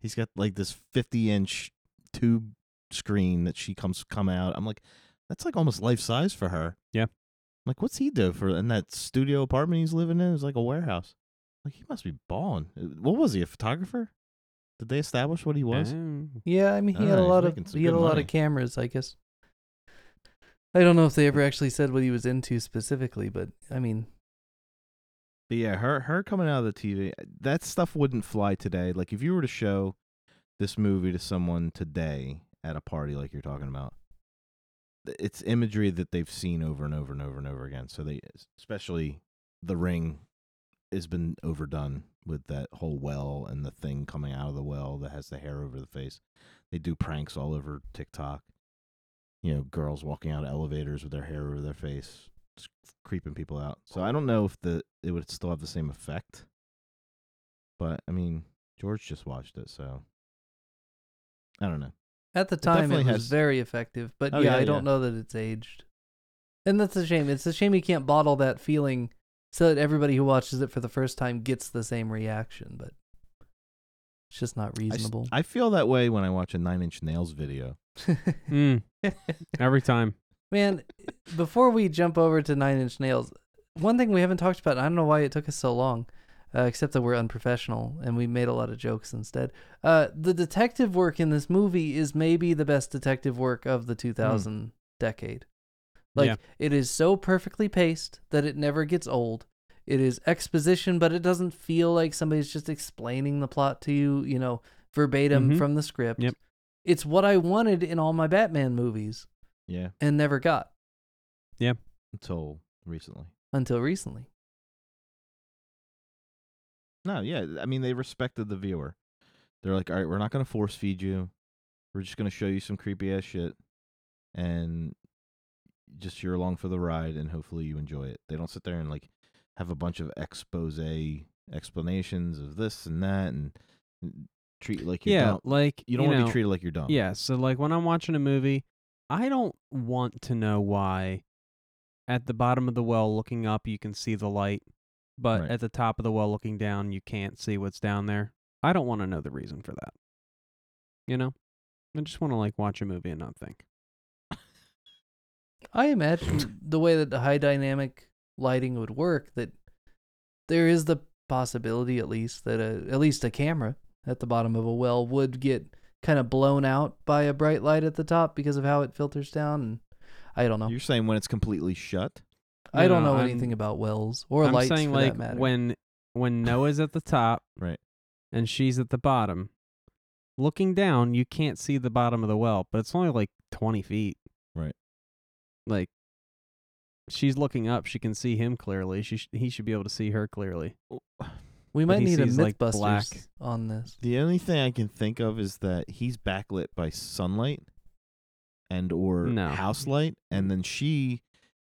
[SPEAKER 2] he's got like this 50 inch tube screen that she comes come out. I'm like, that's like almost life size for her.
[SPEAKER 3] Yeah.
[SPEAKER 2] I'm like, what's he do for in that studio apartment he's living in? It's like a warehouse. Like, he must be balling. Uh, What was he, a photographer? Did they establish what he was?
[SPEAKER 3] Um,
[SPEAKER 1] Yeah, I mean, he had a
[SPEAKER 2] Alright,
[SPEAKER 1] lot
[SPEAKER 2] he's
[SPEAKER 1] of
[SPEAKER 2] making some
[SPEAKER 1] he had a
[SPEAKER 2] good
[SPEAKER 1] lot
[SPEAKER 2] money.
[SPEAKER 1] of cameras, I guess. I don't know if they ever actually said what he was into specifically, but I mean,
[SPEAKER 2] But yeah, her her coming out of the TV, that stuff wouldn't fly today. Like if you were to show this movie to someone today at a party, like you're talking about, th- it's imagery that they've seen over and over and over and over again. So they, especially the ring, has been overdone with that whole well and the thing coming out of the well that has the hair over the face. They do pranks all over TikTok. You know, girls walking out of elevators with their hair over their face, just creeping people out. So I don't know if the it would still have the same effect. But I mean, George just watched it, so I don't know.
[SPEAKER 1] At the time, it,
[SPEAKER 2] definitely
[SPEAKER 1] was
[SPEAKER 2] has-
[SPEAKER 1] very effective, but
[SPEAKER 2] Oh,
[SPEAKER 1] yeah,
[SPEAKER 2] yeah,
[SPEAKER 1] I don't
[SPEAKER 2] yeah.
[SPEAKER 1] know that it's aged, and that's a shame. It's a shame you can't bottle that feeling so that everybody who watches it for the first time gets the same reaction, but it's just not
[SPEAKER 2] I s-
[SPEAKER 1] reasonable.
[SPEAKER 2] I, feel that way when I watch a Nine Inch Nails video.
[SPEAKER 3] Mm, every time.
[SPEAKER 1] Man, before we jump over to Nine Inch Nails, one thing we haven't talked about, I don't know why it took us so long, uh, except that we're unprofessional and we made a lot of jokes instead. Uh, the detective work in this movie is maybe the best detective work of the 2000 decade. Like,
[SPEAKER 3] Yeah.
[SPEAKER 1] it is so perfectly paced that it never gets old. It is exposition, but it doesn't feel like somebody's just explaining the plot to you, you know, verbatim
[SPEAKER 3] Mhm.
[SPEAKER 1] from the script.
[SPEAKER 3] Yep.
[SPEAKER 1] It's what I wanted in all my Batman movies
[SPEAKER 2] Yeah,
[SPEAKER 1] and never got
[SPEAKER 2] until recently.
[SPEAKER 1] until recently.
[SPEAKER 2] No, yeah. I mean, they respected the viewer. They're like, all right, we're not going to force feed you. We're just going to show you some creepy ass shit, and just you're along for the ride, and hopefully you enjoy it. They don't sit there and like have a bunch of expose explanations of this and that, and treat you like you're
[SPEAKER 3] yeah,
[SPEAKER 2] dumb.
[SPEAKER 3] like
[SPEAKER 2] You don't want to
[SPEAKER 3] know,
[SPEAKER 2] be treated like you're dumb.
[SPEAKER 3] Yeah, so like when I'm watching a movie, I don't want to know why at the bottom of the well looking up you can see the light, but
[SPEAKER 2] Right.
[SPEAKER 3] at the top of the well looking down you can't see what's down there. I don't want to know the reason for that. You know? I just want to like watch a movie and not think.
[SPEAKER 1] I imagine the way that the high dynamic lighting would work that there is the possibility at least that a, at least a camera at the bottom of a well would get kind of blown out by a bright light at the top because of how it filters down and I don't know.
[SPEAKER 2] You're saying when it's completely shut?
[SPEAKER 1] I
[SPEAKER 3] No,
[SPEAKER 1] don't
[SPEAKER 3] no,
[SPEAKER 1] know
[SPEAKER 3] I'm-
[SPEAKER 1] anything about wells or
[SPEAKER 3] I'm
[SPEAKER 1] lights
[SPEAKER 3] saying
[SPEAKER 1] for
[SPEAKER 3] like
[SPEAKER 1] that matter.
[SPEAKER 3] when when Noah's at the top
[SPEAKER 2] Right.
[SPEAKER 3] and she's at the bottom, looking down, you can't see the bottom of the well, but it's only like 20 feet.
[SPEAKER 2] Right.
[SPEAKER 3] Like, she's looking up. She can see him clearly. She sh- he should be able to see her clearly.
[SPEAKER 1] we
[SPEAKER 3] when
[SPEAKER 1] might
[SPEAKER 3] he
[SPEAKER 1] need a
[SPEAKER 3] sees, like,
[SPEAKER 1] Mythbusters
[SPEAKER 3] black-
[SPEAKER 1] on this.
[SPEAKER 2] The only thing I can think of is that he's backlit by sunlight and or
[SPEAKER 3] No.
[SPEAKER 2] house light, and then she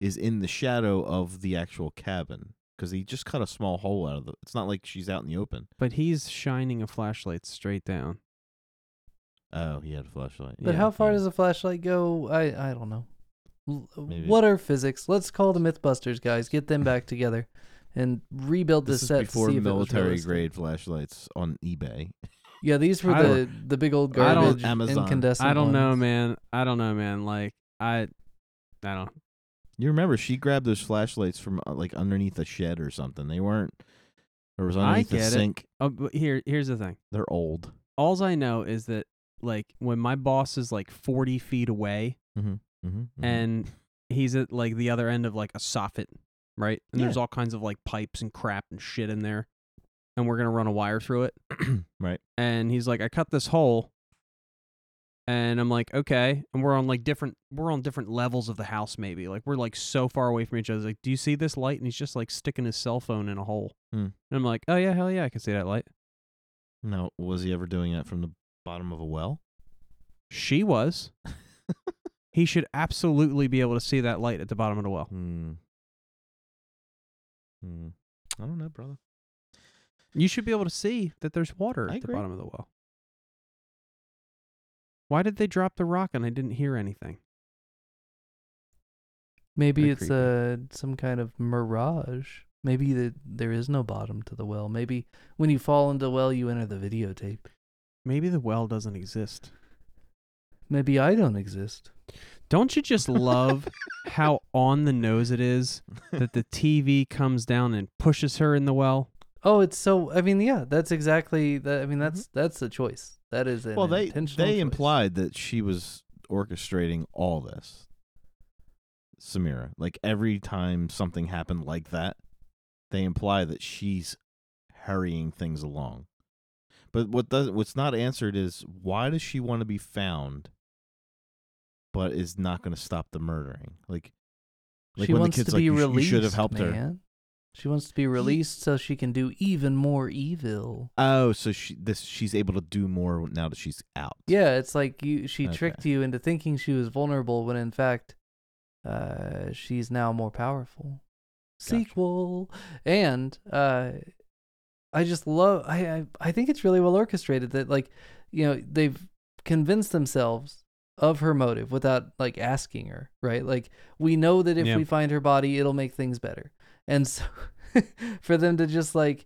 [SPEAKER 2] is in the shadow of the actual cabin because he just cut a small hole out of the. It's not like she's out in the open.
[SPEAKER 3] But he's shining a flashlight straight down.
[SPEAKER 2] Oh, he had a flashlight.
[SPEAKER 1] But
[SPEAKER 3] Yeah,
[SPEAKER 1] how far
[SPEAKER 2] yeah.
[SPEAKER 1] does a flashlight go? I I don't know. L-
[SPEAKER 2] Maybe.
[SPEAKER 1] What are physics? Let's call the MythBusters guys, get them back together, and rebuild
[SPEAKER 2] This
[SPEAKER 1] this
[SPEAKER 2] is
[SPEAKER 1] set. to
[SPEAKER 2] before
[SPEAKER 1] see if it was
[SPEAKER 2] military
[SPEAKER 1] realistic.
[SPEAKER 2] grade flashlights on eBay.
[SPEAKER 1] Yeah, these were
[SPEAKER 3] I don't-
[SPEAKER 1] the the big old
[SPEAKER 3] I don't-
[SPEAKER 1] garbage
[SPEAKER 2] Amazon.
[SPEAKER 1] incandescent.
[SPEAKER 3] I don't know,
[SPEAKER 1] ones.
[SPEAKER 3] man. I don't know, man. Like, I. I don't.
[SPEAKER 2] You remember she grabbed those flashlights from uh, like underneath a shed or something. They weren't. Or was underneath the
[SPEAKER 3] get it.
[SPEAKER 2] sink.
[SPEAKER 3] Oh, but here, here's the thing.
[SPEAKER 2] They're old.
[SPEAKER 3] Alls I know is that, like, when my boss is like 40 feet away,
[SPEAKER 2] Mm-hmm,
[SPEAKER 3] and he's at like the other end of like a soffit, right? And there's all kinds of like pipes and crap and shit in there, and we're gonna run a wire through it.
[SPEAKER 2] right.
[SPEAKER 3] And he's like, I cut this hole, and I'm like, okay. And we're on like different, we're on different levels of the house, maybe. Like we're like so far away from each other. He's like, do you see this light? And he's just like sticking his cell phone in a hole.
[SPEAKER 2] Hmm.
[SPEAKER 3] And I'm like, oh yeah, hell yeah, I can see that light.
[SPEAKER 2] Now, was he ever doing that from the bottom of a well?
[SPEAKER 3] She was. he should absolutely be able to see that light at the bottom of the well.
[SPEAKER 2] Hmm. Hmm. I don't know, brother.
[SPEAKER 3] You should be able to see that there's water
[SPEAKER 2] I
[SPEAKER 3] at the
[SPEAKER 2] agree.
[SPEAKER 3] bottom of the well. Why did they drop the rock and I didn't hear anything?
[SPEAKER 1] Maybe
[SPEAKER 3] They're
[SPEAKER 1] it's
[SPEAKER 3] creepy.
[SPEAKER 1] uh, some kind of mirage. Maybe the, there is no bottom to the well. Maybe when you fall into the well, you enter the videotape.
[SPEAKER 3] Maybe the well doesn't exist.
[SPEAKER 1] Maybe I don't exist.
[SPEAKER 3] Don't you just love how on the nose it is that the TV comes down and pushes her in the well?
[SPEAKER 1] Oh, it's so. I mean, yeah, that's exactly. That, I mean, that's that's a choice. That is an
[SPEAKER 2] well, they
[SPEAKER 1] intentional
[SPEAKER 2] they
[SPEAKER 1] choice.
[SPEAKER 2] implied that she was orchestrating all this. Samira, like every time something happened like that, they imply that she's hurrying things along. But what does what's not answered is why does she want to be found, but is not going to stop the murdering? Like, like
[SPEAKER 1] she
[SPEAKER 2] when
[SPEAKER 1] wants
[SPEAKER 2] the kid's
[SPEAKER 1] to
[SPEAKER 2] like,
[SPEAKER 1] be
[SPEAKER 2] you,
[SPEAKER 1] released.
[SPEAKER 2] you should have helped her.
[SPEAKER 1] man. She wants to be released so she can do even more evil.
[SPEAKER 2] Oh, so she this she's able to do more now that she's out.
[SPEAKER 1] Yeah, it's like you. She
[SPEAKER 2] Okay.
[SPEAKER 1] tricked you into thinking she was vulnerable when in fact, uh, she's now more powerful.
[SPEAKER 2] Gotcha.
[SPEAKER 1] Sequel, and uh, I just love. I, I I think it's really well orchestrated that like, you know, they've convince themselves of her motive without like asking her, right? Like we know that if
[SPEAKER 3] Yeah.
[SPEAKER 1] we find her body, it'll make things better. And so for them to just like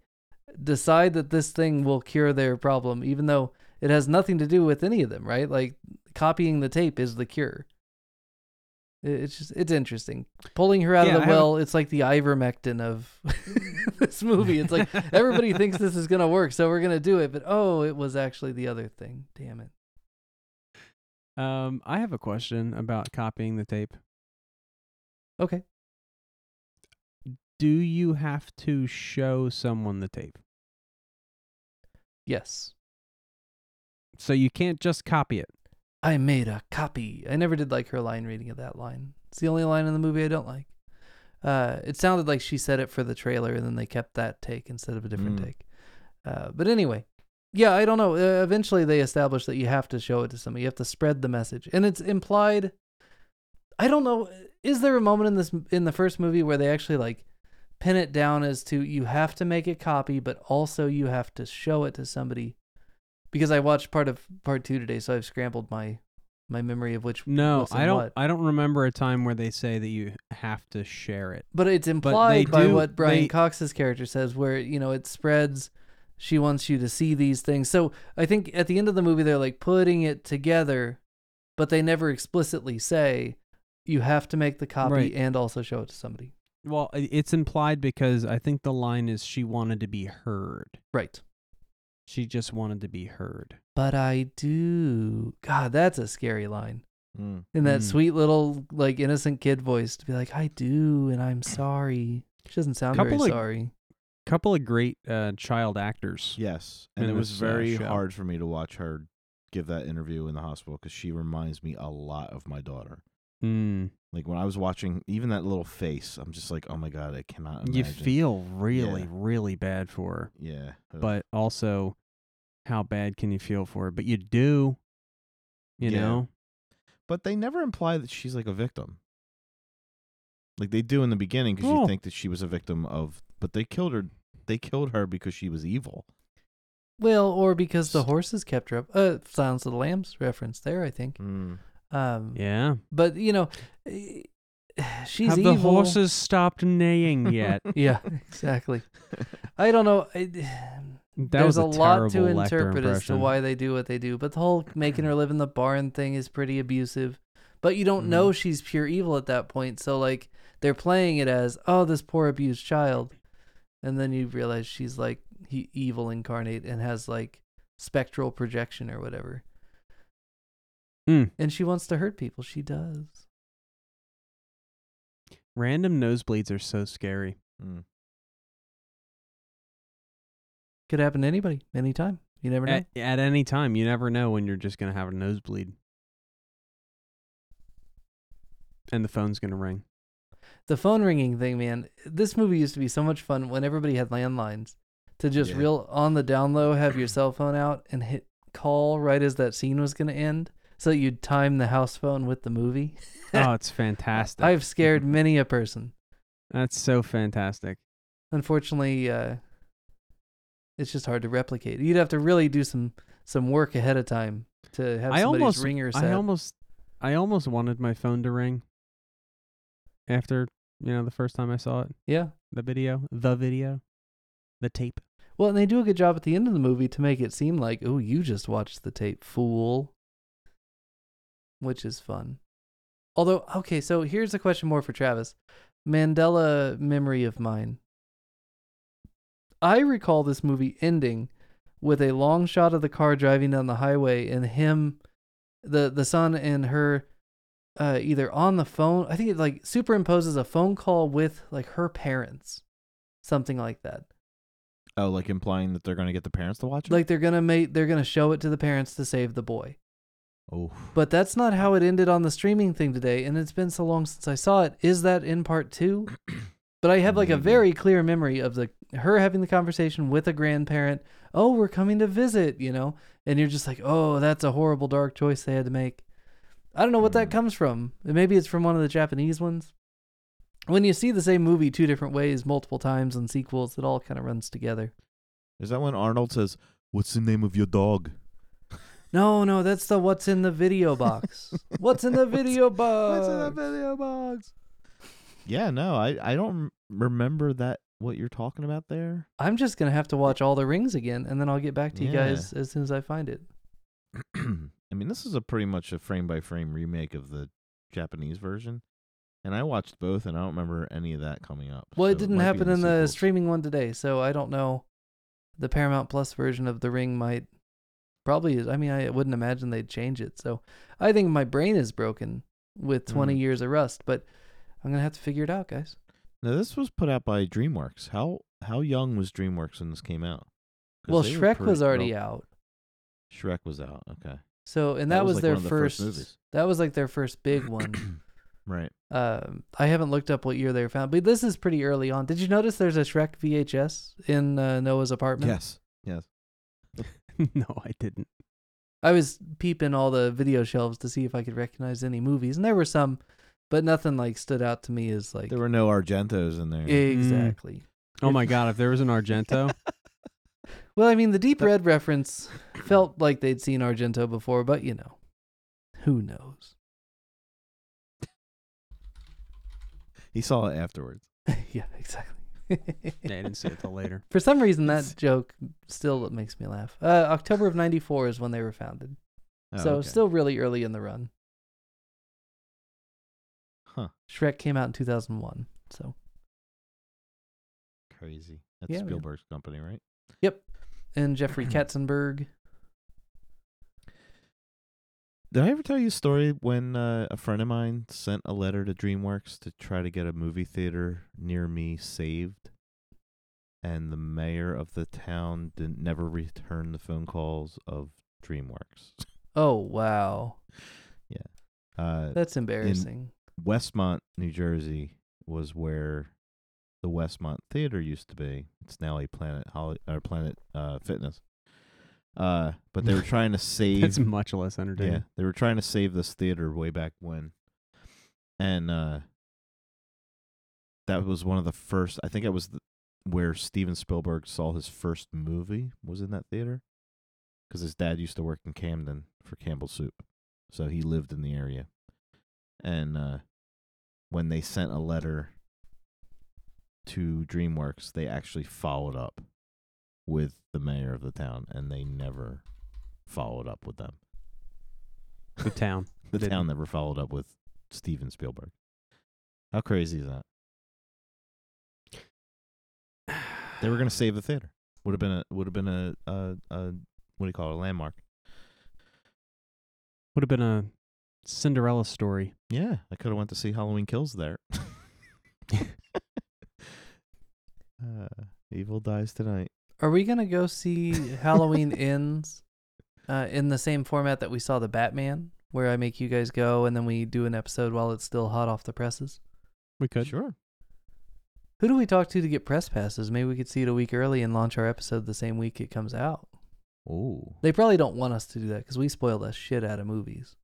[SPEAKER 1] decide that this thing will cure their problem even though it has nothing to do with any of them, right? Like copying the tape is the cure. It- It's just it's interesting. Pulling her out
[SPEAKER 3] Yeah,
[SPEAKER 1] of
[SPEAKER 3] I
[SPEAKER 1] the
[SPEAKER 3] haven't-
[SPEAKER 1] well, it's like the ivermectin of this movie. It's like everybody thinks this is gonna work, so we're gonna do it, but oh, it was actually the other thing. Damn it.
[SPEAKER 3] Um, I have a question about copying the tape.
[SPEAKER 1] Okay.
[SPEAKER 3] Do you have to show someone the tape?
[SPEAKER 1] Yes.
[SPEAKER 3] So you can't just copy it.
[SPEAKER 1] I made a copy. I never did like her line reading of that line. It's the only line in the movie I don't like. Uh, it sounded like she said it for the trailer, and then they kept that take instead of a different
[SPEAKER 2] Mm.
[SPEAKER 1] take. Uh, but anyway, yeah, I don't know. Uh, eventually, they establish that you have to show it to somebody. You have to spread the message, and it's implied. I don't know. Is there a moment in this in the first movie where they actually like pin it down as to you have to make a copy, but also you have to show it to somebody? Because I watched part of part two today, so I've scrambled my my memory of which.
[SPEAKER 3] No,
[SPEAKER 1] what's in
[SPEAKER 3] I don't.
[SPEAKER 1] what.
[SPEAKER 3] I don't remember a time where they say that you have to share it.
[SPEAKER 1] But it's implied by
[SPEAKER 3] do-
[SPEAKER 1] what Brian
[SPEAKER 3] they-
[SPEAKER 1] Cox's character says, where you know it spreads. She wants you to see these things. So I think at the end of the movie, they're like putting it together, but they never explicitly say you have to make the copy
[SPEAKER 3] Right.
[SPEAKER 1] and also show it to somebody.
[SPEAKER 3] Well, i- it's implied because I think the line is she wanted to be heard.
[SPEAKER 1] Right.
[SPEAKER 3] She just wanted to be heard.
[SPEAKER 1] But I do. God, that's a scary line.
[SPEAKER 2] Mm.
[SPEAKER 1] In that
[SPEAKER 3] Mm.
[SPEAKER 1] sweet little like innocent kid voice to be like, I do, and I'm sorry. She doesn't sound
[SPEAKER 3] Couple
[SPEAKER 1] very
[SPEAKER 3] of-
[SPEAKER 1] sorry.
[SPEAKER 3] Couple of great uh, child actors.
[SPEAKER 2] Yes, and
[SPEAKER 3] In
[SPEAKER 2] it was
[SPEAKER 3] this, uh,
[SPEAKER 2] very
[SPEAKER 3] show.
[SPEAKER 2] hard for me to watch her give that interview in the hospital because she reminds me a lot of my daughter.
[SPEAKER 3] Mm.
[SPEAKER 2] Like when I was watching, even that little face, I'm just like, oh my god, I cannot. Imagine.
[SPEAKER 3] You feel really,
[SPEAKER 2] Yeah.
[SPEAKER 3] really bad for her,
[SPEAKER 2] yeah, ugh.
[SPEAKER 3] but also, how bad can you feel for her? But you do. You
[SPEAKER 2] Yeah.
[SPEAKER 3] know.
[SPEAKER 2] but they never imply that she's like a victim. Like they do in the beginning because
[SPEAKER 3] Oh.
[SPEAKER 2] you think that she was a victim of, but they killed her. They killed her because she was evil.
[SPEAKER 1] Well, or because the
[SPEAKER 2] St-
[SPEAKER 1] horses kept her up. Uh, Silence of the Lambs reference there, I think. Um,
[SPEAKER 3] Mm. Yeah.
[SPEAKER 1] But you know, eh, she's
[SPEAKER 3] Have
[SPEAKER 1] evil.
[SPEAKER 3] the horses stopped neighing yet?
[SPEAKER 1] Yeah, exactly. I don't know. I,
[SPEAKER 3] that
[SPEAKER 1] there's
[SPEAKER 3] was a,
[SPEAKER 1] a, lot to
[SPEAKER 3] terrible Lecter
[SPEAKER 1] interpret as to
[SPEAKER 3] impression. Mm.
[SPEAKER 1] why they do what they do. But the whole making her live in the barn thing is pretty abusive. But you don't
[SPEAKER 2] Mhm.
[SPEAKER 3] Mm.
[SPEAKER 1] know she's pure evil at that point. So like they're playing it as oh this poor abused child, and then you realize she's like he evil incarnate and has like spectral projection or whatever.
[SPEAKER 3] Mm.
[SPEAKER 1] And she wants to hurt people. She does.
[SPEAKER 3] Random nosebleeds are so scary.
[SPEAKER 2] Mm.
[SPEAKER 1] Could happen to anybody, anytime. You never know.
[SPEAKER 3] At, at any time, you never know when you're just gonna have a nosebleed, and the phone's gonna ring.
[SPEAKER 1] the phone ringing thing, man. This movie used to be so much fun when everybody had landlines to just
[SPEAKER 2] Yeah.
[SPEAKER 1] real on the down low, have your cell phone out and hit call right as that scene was going to end. So that you'd time the house phone with the movie.
[SPEAKER 3] oh, it's fantastic.
[SPEAKER 1] I've scared many a person.
[SPEAKER 3] That's so fantastic.
[SPEAKER 1] Unfortunately, uh, it's just hard to replicate. You'd have to really do some some work ahead of time to have
[SPEAKER 3] I
[SPEAKER 1] somebody's
[SPEAKER 3] almost-
[SPEAKER 1] ringer set.
[SPEAKER 3] I almost, I almost wanted my phone to ring. After you know the first time I saw it,
[SPEAKER 1] yeah.
[SPEAKER 3] the video, the video, the tape.
[SPEAKER 1] Well, and they do a good job at the end of the movie to make it seem like, oh, you just watched the tape, fool. Which is fun. Although, okay, so here's a question more for Travis Mandela memory of mine. I recall this movie ending with a long shot of the car driving down the highway and him, the, the son and her uh, either on the phone. I think it like superimposes a phone call with like her parents, something like that.
[SPEAKER 2] Oh, like implying that they're gonna get the parents to watch it.
[SPEAKER 1] Like they're gonna make they're gonna show it to the parents to save the boy.
[SPEAKER 2] oh,
[SPEAKER 1] But that's not how it ended on the streaming thing today, and it's been so long since I saw it. Is that in part two? But I have like a
[SPEAKER 2] Maybe.
[SPEAKER 1] very clear memory of the her having the conversation with a grandparent. Oh, we're coming to visit, you know, and you're just like, oh, that's a horrible dark choice they had to make. I don't know what that
[SPEAKER 2] Hmm.
[SPEAKER 1] comes from. Maybe it's from one of the Japanese ones. When you see the same movie two different ways, multiple times in sequels, it all kind of runs together.
[SPEAKER 2] is that when Arnold says, "What's the name of your dog?"
[SPEAKER 1] No, no, that's the what's in the video box. what's in the
[SPEAKER 2] What's-
[SPEAKER 1] video box?
[SPEAKER 2] What's in the video box? Yeah, no, I I don't remember that what you're talking about there.
[SPEAKER 1] I'm just gonna have to watch all the rings again, and then I'll get back to you guys as soon as I find it.
[SPEAKER 2] I mean, this is a pretty much a frame by frame remake of the Japanese version, and I watched both, and I don't remember any of that coming up.
[SPEAKER 1] Well,
[SPEAKER 2] so
[SPEAKER 1] it didn't
[SPEAKER 2] might be
[SPEAKER 1] happen in the
[SPEAKER 2] sequels.
[SPEAKER 1] streaming one today, so I don't know. The Paramount Plus version of The Ring might probably is. I mean, I wouldn't imagine they'd change it. So I think my brain is broken with 20
[SPEAKER 2] Mm.
[SPEAKER 1] years of rust, but I'm gonna have to figure it out, guys.
[SPEAKER 2] Now this was put out by DreamWorks. How how young was DreamWorks when this came out? 'Cause
[SPEAKER 1] Well,
[SPEAKER 2] they were
[SPEAKER 1] Shrek was
[SPEAKER 2] pretty-
[SPEAKER 1] already
[SPEAKER 2] well,
[SPEAKER 1] out,
[SPEAKER 2] Shrek was out. Okay,
[SPEAKER 1] so and
[SPEAKER 2] That
[SPEAKER 1] that,
[SPEAKER 2] was,
[SPEAKER 1] was,
[SPEAKER 2] like,
[SPEAKER 1] their
[SPEAKER 2] one of the first
[SPEAKER 1] first.
[SPEAKER 2] movies.
[SPEAKER 1] that was like their first big one.
[SPEAKER 2] right.
[SPEAKER 1] um, I haven't looked up what year they were found, but this is pretty early on. Did you notice there's a Shrek VHS in uh, Noah's apartment?
[SPEAKER 2] Yes. Yes.
[SPEAKER 3] no, I didn't.
[SPEAKER 1] I was peeping all the video shelves to see if I could recognize any movies, and there were some, but nothing like stood out to me as like
[SPEAKER 2] There were Mm. no Argentos in there.
[SPEAKER 1] exactly.
[SPEAKER 3] Oh my god, if there was an Argento,
[SPEAKER 1] Well, I mean, the Deep
[SPEAKER 2] That-
[SPEAKER 1] Red reference felt like they'd seen Argento before, but you know, who knows?
[SPEAKER 2] He saw it afterwards.
[SPEAKER 1] yeah, exactly.
[SPEAKER 3] yeah, I didn't see it till later.
[SPEAKER 1] For some reason, that joke still makes me laugh. Uh, October of '94 is when they were founded,
[SPEAKER 2] Oh,
[SPEAKER 1] so
[SPEAKER 2] okay.
[SPEAKER 1] still really early in the run.
[SPEAKER 2] Huh.
[SPEAKER 1] Shrek came out in 2001, so
[SPEAKER 2] Crazy. That's
[SPEAKER 1] Yeah, man.
[SPEAKER 2] Spielberg's company, right?
[SPEAKER 1] and Jeffrey Katzenberg.
[SPEAKER 2] Did I ever tell you a story when uh, a friend of mine sent a letter to DreamWorks to try to get a movie theater near me saved? And the mayor of the town didn't never return the phone calls of DreamWorks.
[SPEAKER 1] Oh wow,
[SPEAKER 2] Uh,
[SPEAKER 1] that's embarrassing.
[SPEAKER 2] Westmont, New Jersey, was where the Westmont Theater used to be. It's now a Planet Holi- or Planet uh, Fitness. Uh, but they were trying to save
[SPEAKER 3] That's much less entertaining.
[SPEAKER 2] Yeah, they were trying to save this theater way back when, and uh, that was one of the first. I think it was the, where Steven Spielberg saw his first movie was in that theater, because his dad used to work in Camden for Campbell Soup, so he lived in the area, and uh, when they sent a letter to DreamWorks, they actually followed up with the mayor of the town, and they never followed up with them.
[SPEAKER 3] The town.
[SPEAKER 2] The
[SPEAKER 3] Didn't.
[SPEAKER 2] town never followed up with Steven Spielberg. How crazy is that? They were going to save the theater. Would have been a would have been a, a a what do you call it? A landmark.
[SPEAKER 3] Would have been a Cinderella story.
[SPEAKER 2] Yeah, I could have went to see Halloween Kills there. uh, evil dies tonight.
[SPEAKER 1] Are we gonna go see Halloween Ends uh, in the same format that we saw the Batman, where I make you guys go and then we do an episode while it's still hot off the presses?
[SPEAKER 3] We could.
[SPEAKER 2] Sure.
[SPEAKER 1] Who do we talk to to get press passes? Maybe we could see it a week early and launch our episode the same week it comes out.
[SPEAKER 2] Oh.
[SPEAKER 1] They probably don't want us to do that because we spoil the shit out of movies.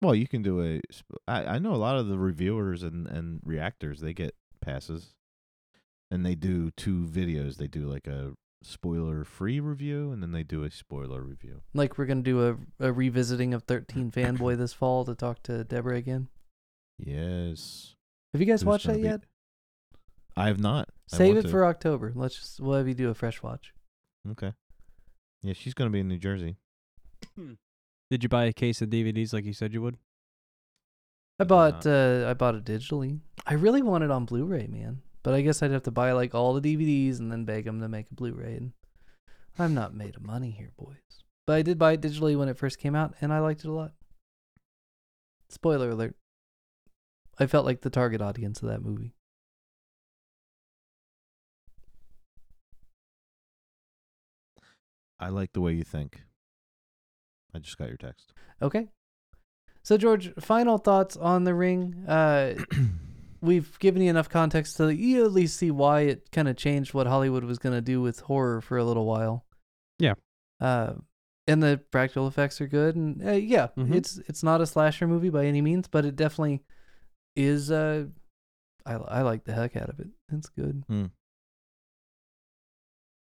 [SPEAKER 2] Well, you can do a. sp- I I know a lot of the reviewers and and reactors they get passes, and they do two videos. They do like a spoiler free review, and then they do a spoiler review.
[SPEAKER 1] Like we're gonna do a, a revisiting of 13 Fanboy this fall to talk to Deborah again.
[SPEAKER 2] Yes.
[SPEAKER 1] Have you guys
[SPEAKER 2] There's
[SPEAKER 1] watched
[SPEAKER 2] gonna
[SPEAKER 1] that
[SPEAKER 2] be-
[SPEAKER 1] yet?
[SPEAKER 2] I have not. I
[SPEAKER 1] Save
[SPEAKER 2] want
[SPEAKER 1] it
[SPEAKER 2] to.
[SPEAKER 1] for October. Let's just we'll have you do a fresh watch.
[SPEAKER 2] Okay. Yeah, she's gonna be in New Jersey. Hmm.
[SPEAKER 3] Did you buy a case of DVDs like you said you would?
[SPEAKER 1] I
[SPEAKER 2] I did
[SPEAKER 1] bought uh, I bought it digitally. I really want it on Blu-ray, man. But I guess I'd have to buy like all the DVDs and then beg them to make a Blu-ray. And I'm not made of money here, boys. But I did buy it digitally when it first came out, and I liked it a lot. Spoiler alert: I felt like the target audience of that movie.
[SPEAKER 2] I like the way you think. I just got your text.
[SPEAKER 1] Okay. So George, final thoughts on the ring. Uh, we've given you enough context to you at least see why it kind of changed what Hollywood was going to do with horror for a little while.
[SPEAKER 3] Yeah.
[SPEAKER 1] Uh, and the practical effects are good, and uh, yeah,
[SPEAKER 2] Mm-hmm.
[SPEAKER 3] Mhm.
[SPEAKER 1] it's it's not a slasher movie by any means, but it definitely is. Uh, I I like the heck out of it. It's good.
[SPEAKER 2] Hmm.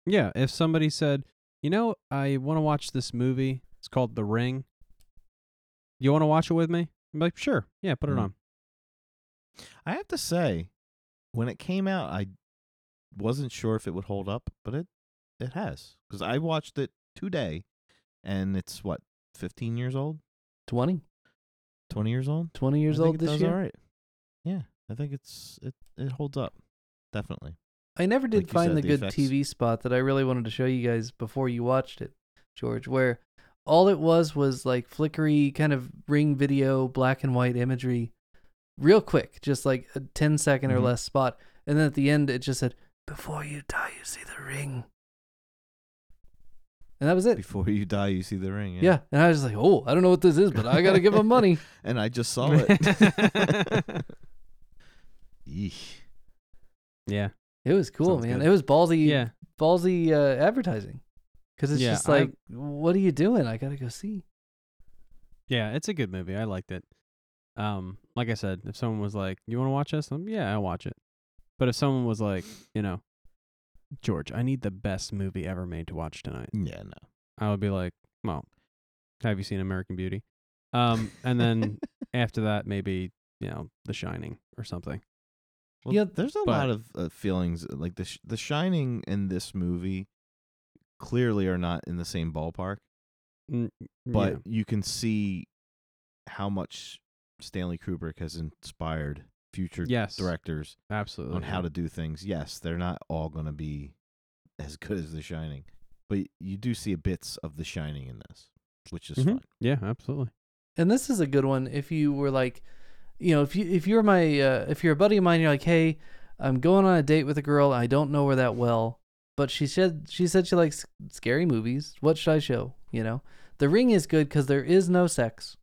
[SPEAKER 3] Yeah. If somebody said, you know, I want to watch this movie, It's called The Ring. You want to watch it with me? I'm like, sure. Yeah, put it
[SPEAKER 2] Mhm.
[SPEAKER 3] on.
[SPEAKER 2] I have to say, when it came out, I wasn't sure if it would hold up, but it it has because I watched it today, and it's what fifteen years old,
[SPEAKER 1] 20,
[SPEAKER 2] twenty years old,
[SPEAKER 1] 20 years
[SPEAKER 2] I think
[SPEAKER 1] old
[SPEAKER 2] it
[SPEAKER 1] this
[SPEAKER 2] does
[SPEAKER 1] year.
[SPEAKER 2] All right. Yeah, I think it's it it holds up definitely.
[SPEAKER 1] I never did
[SPEAKER 2] Like you
[SPEAKER 1] find
[SPEAKER 2] said,
[SPEAKER 1] the,
[SPEAKER 2] the
[SPEAKER 1] good
[SPEAKER 2] effects.
[SPEAKER 1] TV spot that I really wanted to show you guys before you watched it, George, where all it was was like flickery kind of ring video, black and white imagery, real quick, just like a 10 second or
[SPEAKER 2] Mhm.
[SPEAKER 1] less spot. And then at the end, it just said, Before you die, you see the ring. And that was it.
[SPEAKER 2] Before you die, you see the ring.
[SPEAKER 1] yeah. And I was just like, Oh, I don't know what this is, but I got to give them money.
[SPEAKER 2] and I just saw it. Eesh.
[SPEAKER 3] Yeah.
[SPEAKER 1] It was cool,
[SPEAKER 2] Sounds
[SPEAKER 1] man.
[SPEAKER 2] good.
[SPEAKER 1] It was ballsy,
[SPEAKER 3] Yeah.
[SPEAKER 1] ballsy uh, advertising. Because it's
[SPEAKER 3] Yeah,
[SPEAKER 1] just
[SPEAKER 3] I-
[SPEAKER 1] like, What are you doing? I got to go see.
[SPEAKER 3] Yeah, it's a good movie. I liked it. Um, like I said, if someone was like, "You want to watch this?" i yeah, I'll watch it. But if someone was like, you know, George, I need the best movie ever made to watch tonight,
[SPEAKER 2] Yeah, no.
[SPEAKER 3] I would be like, "Well, have you seen American Beauty?" Um, and then after that, maybe you know, The Shining or something.
[SPEAKER 2] Well,
[SPEAKER 1] Yeah,
[SPEAKER 2] there's a lot of uh, feelings like the sh- the Shining and this movie clearly are not in the same ballpark,
[SPEAKER 3] N-
[SPEAKER 2] but
[SPEAKER 3] yeah.
[SPEAKER 2] you can see how much Stanley Kubrick has inspired future
[SPEAKER 3] yes, Mm-hmm.
[SPEAKER 2] directors
[SPEAKER 3] absolutely,
[SPEAKER 2] on how
[SPEAKER 3] yeah.
[SPEAKER 2] to do things. Yes, they're not all going to be as good as The Shining, but y- you do see bits of The Shining in this, which is
[SPEAKER 3] Mhm.
[SPEAKER 2] fun.
[SPEAKER 3] Yeah, absolutely.
[SPEAKER 1] and this is a good one if you were like you know if you if you're my uh, if you're a buddy of mine you're like hey i'm going on a date with a girl i don't know her that well but she said she said she likes scary movies what should i show you know the ring is good because there is no sex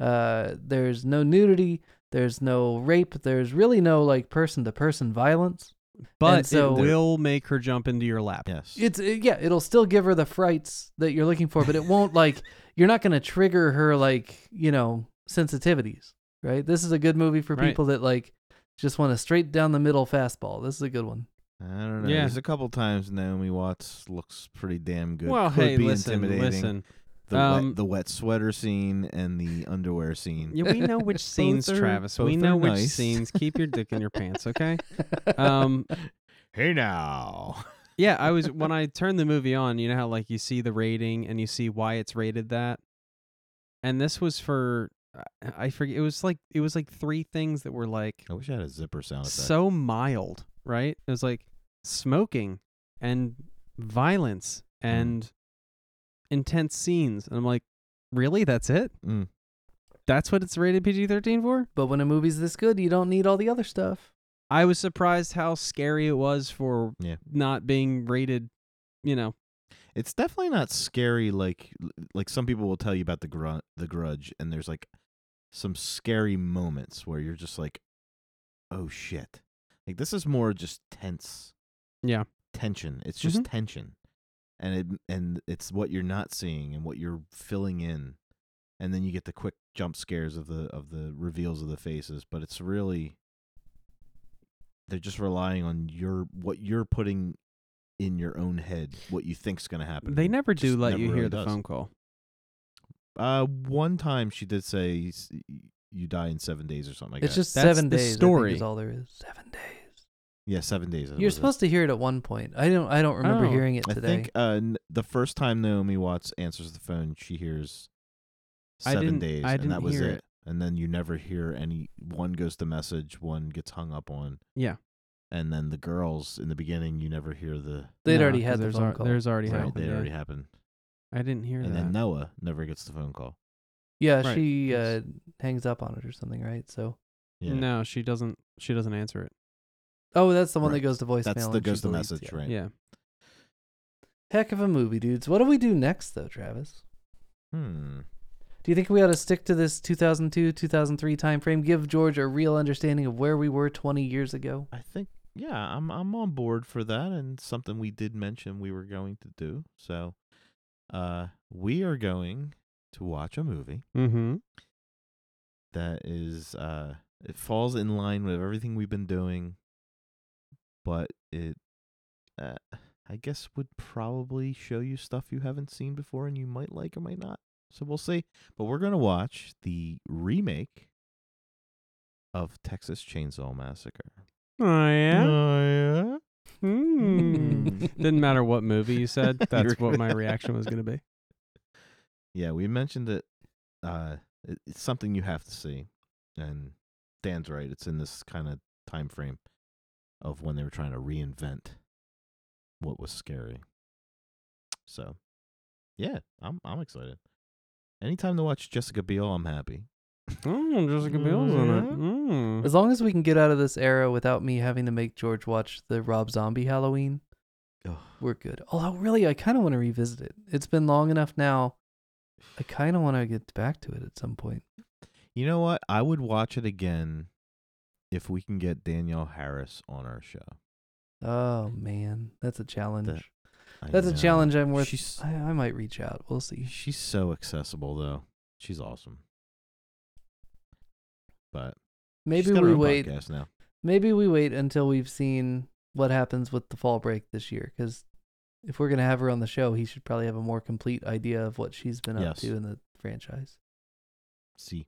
[SPEAKER 1] uh there's no nudity there's no rape there's really no like person to person violence
[SPEAKER 3] But
[SPEAKER 1] so-
[SPEAKER 3] it will make her jump into your lap.
[SPEAKER 2] Yes.
[SPEAKER 1] it's it, yeah it'll still give her the frights that you're looking for but it won't like you're not going to trigger her like you know sensitivities right this is a good movie for
[SPEAKER 3] Right.
[SPEAKER 1] people that like just want a straight down the middle fastball this is a good one
[SPEAKER 2] I don't know.
[SPEAKER 3] Yeah.
[SPEAKER 2] There's a couple times Naomi Watts looks pretty damn good.
[SPEAKER 3] Well,
[SPEAKER 2] Could
[SPEAKER 3] hey,
[SPEAKER 2] be
[SPEAKER 3] listen,
[SPEAKER 2] intimidating.
[SPEAKER 3] listen.
[SPEAKER 2] The,
[SPEAKER 3] Um,
[SPEAKER 2] wet, the wet sweater scene and the underwear scene.
[SPEAKER 3] Yeah, we know which scenes,
[SPEAKER 2] are-
[SPEAKER 3] Travis. We
[SPEAKER 2] both
[SPEAKER 3] know
[SPEAKER 2] are
[SPEAKER 3] which
[SPEAKER 2] nice.
[SPEAKER 3] scenes. Keep your dick in your pants, okay? Um,
[SPEAKER 2] Hey now.
[SPEAKER 3] yeah, I was when I turned the movie on. You know how like you see the rating and you see why it's rated that, and this was for I- I forget. It was like it was like three things that were like
[SPEAKER 2] I wish I had a zipper sound effect.
[SPEAKER 3] so mild, right? It was like smoking and violence
[SPEAKER 2] Mm-hmm.
[SPEAKER 3] and intense scenes, and I'm like, really? That's it?
[SPEAKER 2] Mm.
[SPEAKER 3] That's what it's rated PG-13 for?
[SPEAKER 1] but when a movie's this good you don't need all the other stuff
[SPEAKER 3] I was surprised how scary it was for
[SPEAKER 2] Yeah.
[SPEAKER 3] not being rated, you know.
[SPEAKER 2] It's definitely not scary like like some people will tell you about the grudge, the grudge and there's like some scary moments where you're just like oh shit. Like this is more just tense
[SPEAKER 3] Yeah.
[SPEAKER 2] tension. It's just
[SPEAKER 3] Mhm.
[SPEAKER 2] tension. And it and it's what you're not seeing and what you're filling in. And then you get the quick jump scares of the of the reveals of the faces, but it's really they're just relying on your what you're putting in your own head, what you think's going to happen.
[SPEAKER 3] They
[SPEAKER 2] and it
[SPEAKER 3] never do
[SPEAKER 2] just
[SPEAKER 3] let
[SPEAKER 2] never
[SPEAKER 3] you hear
[SPEAKER 2] really
[SPEAKER 3] the
[SPEAKER 2] does.
[SPEAKER 3] phone call.
[SPEAKER 2] Uh one time she did say s- you die in 7 days or something like
[SPEAKER 1] it's
[SPEAKER 2] that.
[SPEAKER 1] just
[SPEAKER 3] That's
[SPEAKER 1] seven
[SPEAKER 3] the
[SPEAKER 1] days I think,
[SPEAKER 3] story.
[SPEAKER 1] is all there is seven days
[SPEAKER 2] yeah, 7 days.
[SPEAKER 1] you're supposed to hear it at one point i don't i don't remember
[SPEAKER 3] Oh,
[SPEAKER 1] hearing it
[SPEAKER 2] I
[SPEAKER 1] today
[SPEAKER 2] think uh, n- the first time Naomi Watts answers the phone, she hears
[SPEAKER 3] I
[SPEAKER 2] seven
[SPEAKER 3] didn't-
[SPEAKER 2] days,
[SPEAKER 3] I
[SPEAKER 2] and that
[SPEAKER 3] didn't
[SPEAKER 2] was
[SPEAKER 3] hear
[SPEAKER 2] it.
[SPEAKER 3] it.
[SPEAKER 2] And then you never hear any. One goes to message, one gets hung up on,
[SPEAKER 3] Yeah.
[SPEAKER 2] and then the girls in the beginning, you never hear the.
[SPEAKER 1] they'd
[SPEAKER 3] No,
[SPEAKER 1] already
[SPEAKER 3] 'cause
[SPEAKER 1] had the
[SPEAKER 3] there's
[SPEAKER 1] phone
[SPEAKER 3] al-
[SPEAKER 1] call
[SPEAKER 3] There's already
[SPEAKER 2] right,
[SPEAKER 3] happened.
[SPEAKER 2] they
[SPEAKER 3] yeah.
[SPEAKER 2] already happened,
[SPEAKER 3] I didn't hear
[SPEAKER 2] and
[SPEAKER 3] that.
[SPEAKER 2] then Noah never gets the phone call.
[SPEAKER 1] yeah
[SPEAKER 3] Right,
[SPEAKER 1] she uh,
[SPEAKER 3] yes.
[SPEAKER 1] hangs up on it or something right so
[SPEAKER 2] Yeah,
[SPEAKER 3] No, she doesn't she doesn't answer it.
[SPEAKER 1] oh that's the one
[SPEAKER 2] Right.
[SPEAKER 1] that goes to voicemail
[SPEAKER 2] that's the
[SPEAKER 1] and she
[SPEAKER 2] goes to
[SPEAKER 1] deletes,
[SPEAKER 2] message,
[SPEAKER 1] yeah.
[SPEAKER 2] right?
[SPEAKER 3] Yeah.
[SPEAKER 1] Heck of a movie, dudes. What do we do next, though, Travis?
[SPEAKER 2] Hmm.
[SPEAKER 1] Do you think we ought to stick to this 2002 2003 time frame? Give George a real understanding of where we were 20 years ago.
[SPEAKER 2] I think yeah, I'm I'm on board for that and something we did mention we were going to do. So uh we are going to watch a movie
[SPEAKER 3] Mm-hmm.
[SPEAKER 2] that is uh it falls in line with everything we've been doing but it uh, I guess would probably show you stuff you haven't seen before and you might like or might not. So we'll see. But we're gonna watch the remake of Texas Chainsaw Massacre.
[SPEAKER 3] Oh yeah.
[SPEAKER 2] Oh, yeah?
[SPEAKER 3] Hmm. Didn't matter what movie you said. That's
[SPEAKER 2] You're-
[SPEAKER 3] what my reaction was going to be.
[SPEAKER 2] Yeah, we mentioned it. Uh, it- it's something you have to see, and Dan's right. It's in this kind of time frame of when they were trying to reinvent what was scary. So, yeah, I'm I'm excited. Anytime to watch Jessica Biel, I'm happy.
[SPEAKER 3] Oh, Jessica Biel's in it.
[SPEAKER 2] Yeah.
[SPEAKER 3] Mm.
[SPEAKER 2] Mm-hmm.
[SPEAKER 1] As long as we can get out of this era without me having to make George watch the Rob Zombie Halloween, we're good. Although, really, I kind of want to revisit it. It's been long enough now. I kind of want to get back to it at some point.
[SPEAKER 2] You know what? I would watch it again if we can get Danielle Harris on our show.
[SPEAKER 1] Oh man, that's a challenge.
[SPEAKER 2] I
[SPEAKER 1] that's
[SPEAKER 2] know.
[SPEAKER 1] a challenge. I'm worth.
[SPEAKER 2] She's
[SPEAKER 1] I, I might reach out. We'll see.
[SPEAKER 2] She's so accessible though. She's awesome. But
[SPEAKER 1] Maybe
[SPEAKER 2] she's got her
[SPEAKER 1] we
[SPEAKER 2] own
[SPEAKER 1] wait.
[SPEAKER 2] podcast now.
[SPEAKER 1] Maybe we wait until we've seen what happens with the fall break this year. Because if we're gonna have her on the show, he should probably have a more complete idea of what she's been up
[SPEAKER 2] Yes.
[SPEAKER 1] to in the franchise.
[SPEAKER 2] See.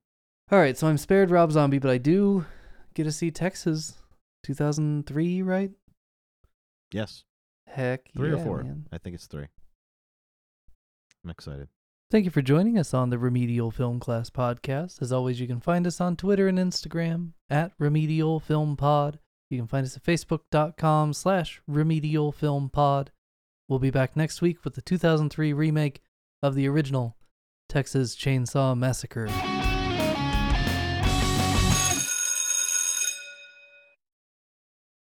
[SPEAKER 1] All right, so I'm spared Rob Zombie, but I do get to see Texas, 2003, right?
[SPEAKER 2] Yes.
[SPEAKER 1] Heck,
[SPEAKER 2] Three
[SPEAKER 1] yeah,
[SPEAKER 2] or four.
[SPEAKER 1] man.
[SPEAKER 2] I think it's three. I'm excited.
[SPEAKER 1] Thank you for joining us on the Remedial Film Class podcast. As always, you can find us on Twitter and Instagram at Remedial Film Pod. You can find us at facebook.com slash Remedial Film Pod. We'll be back next week with the 2003 remake of the original Texas Chainsaw Massacre.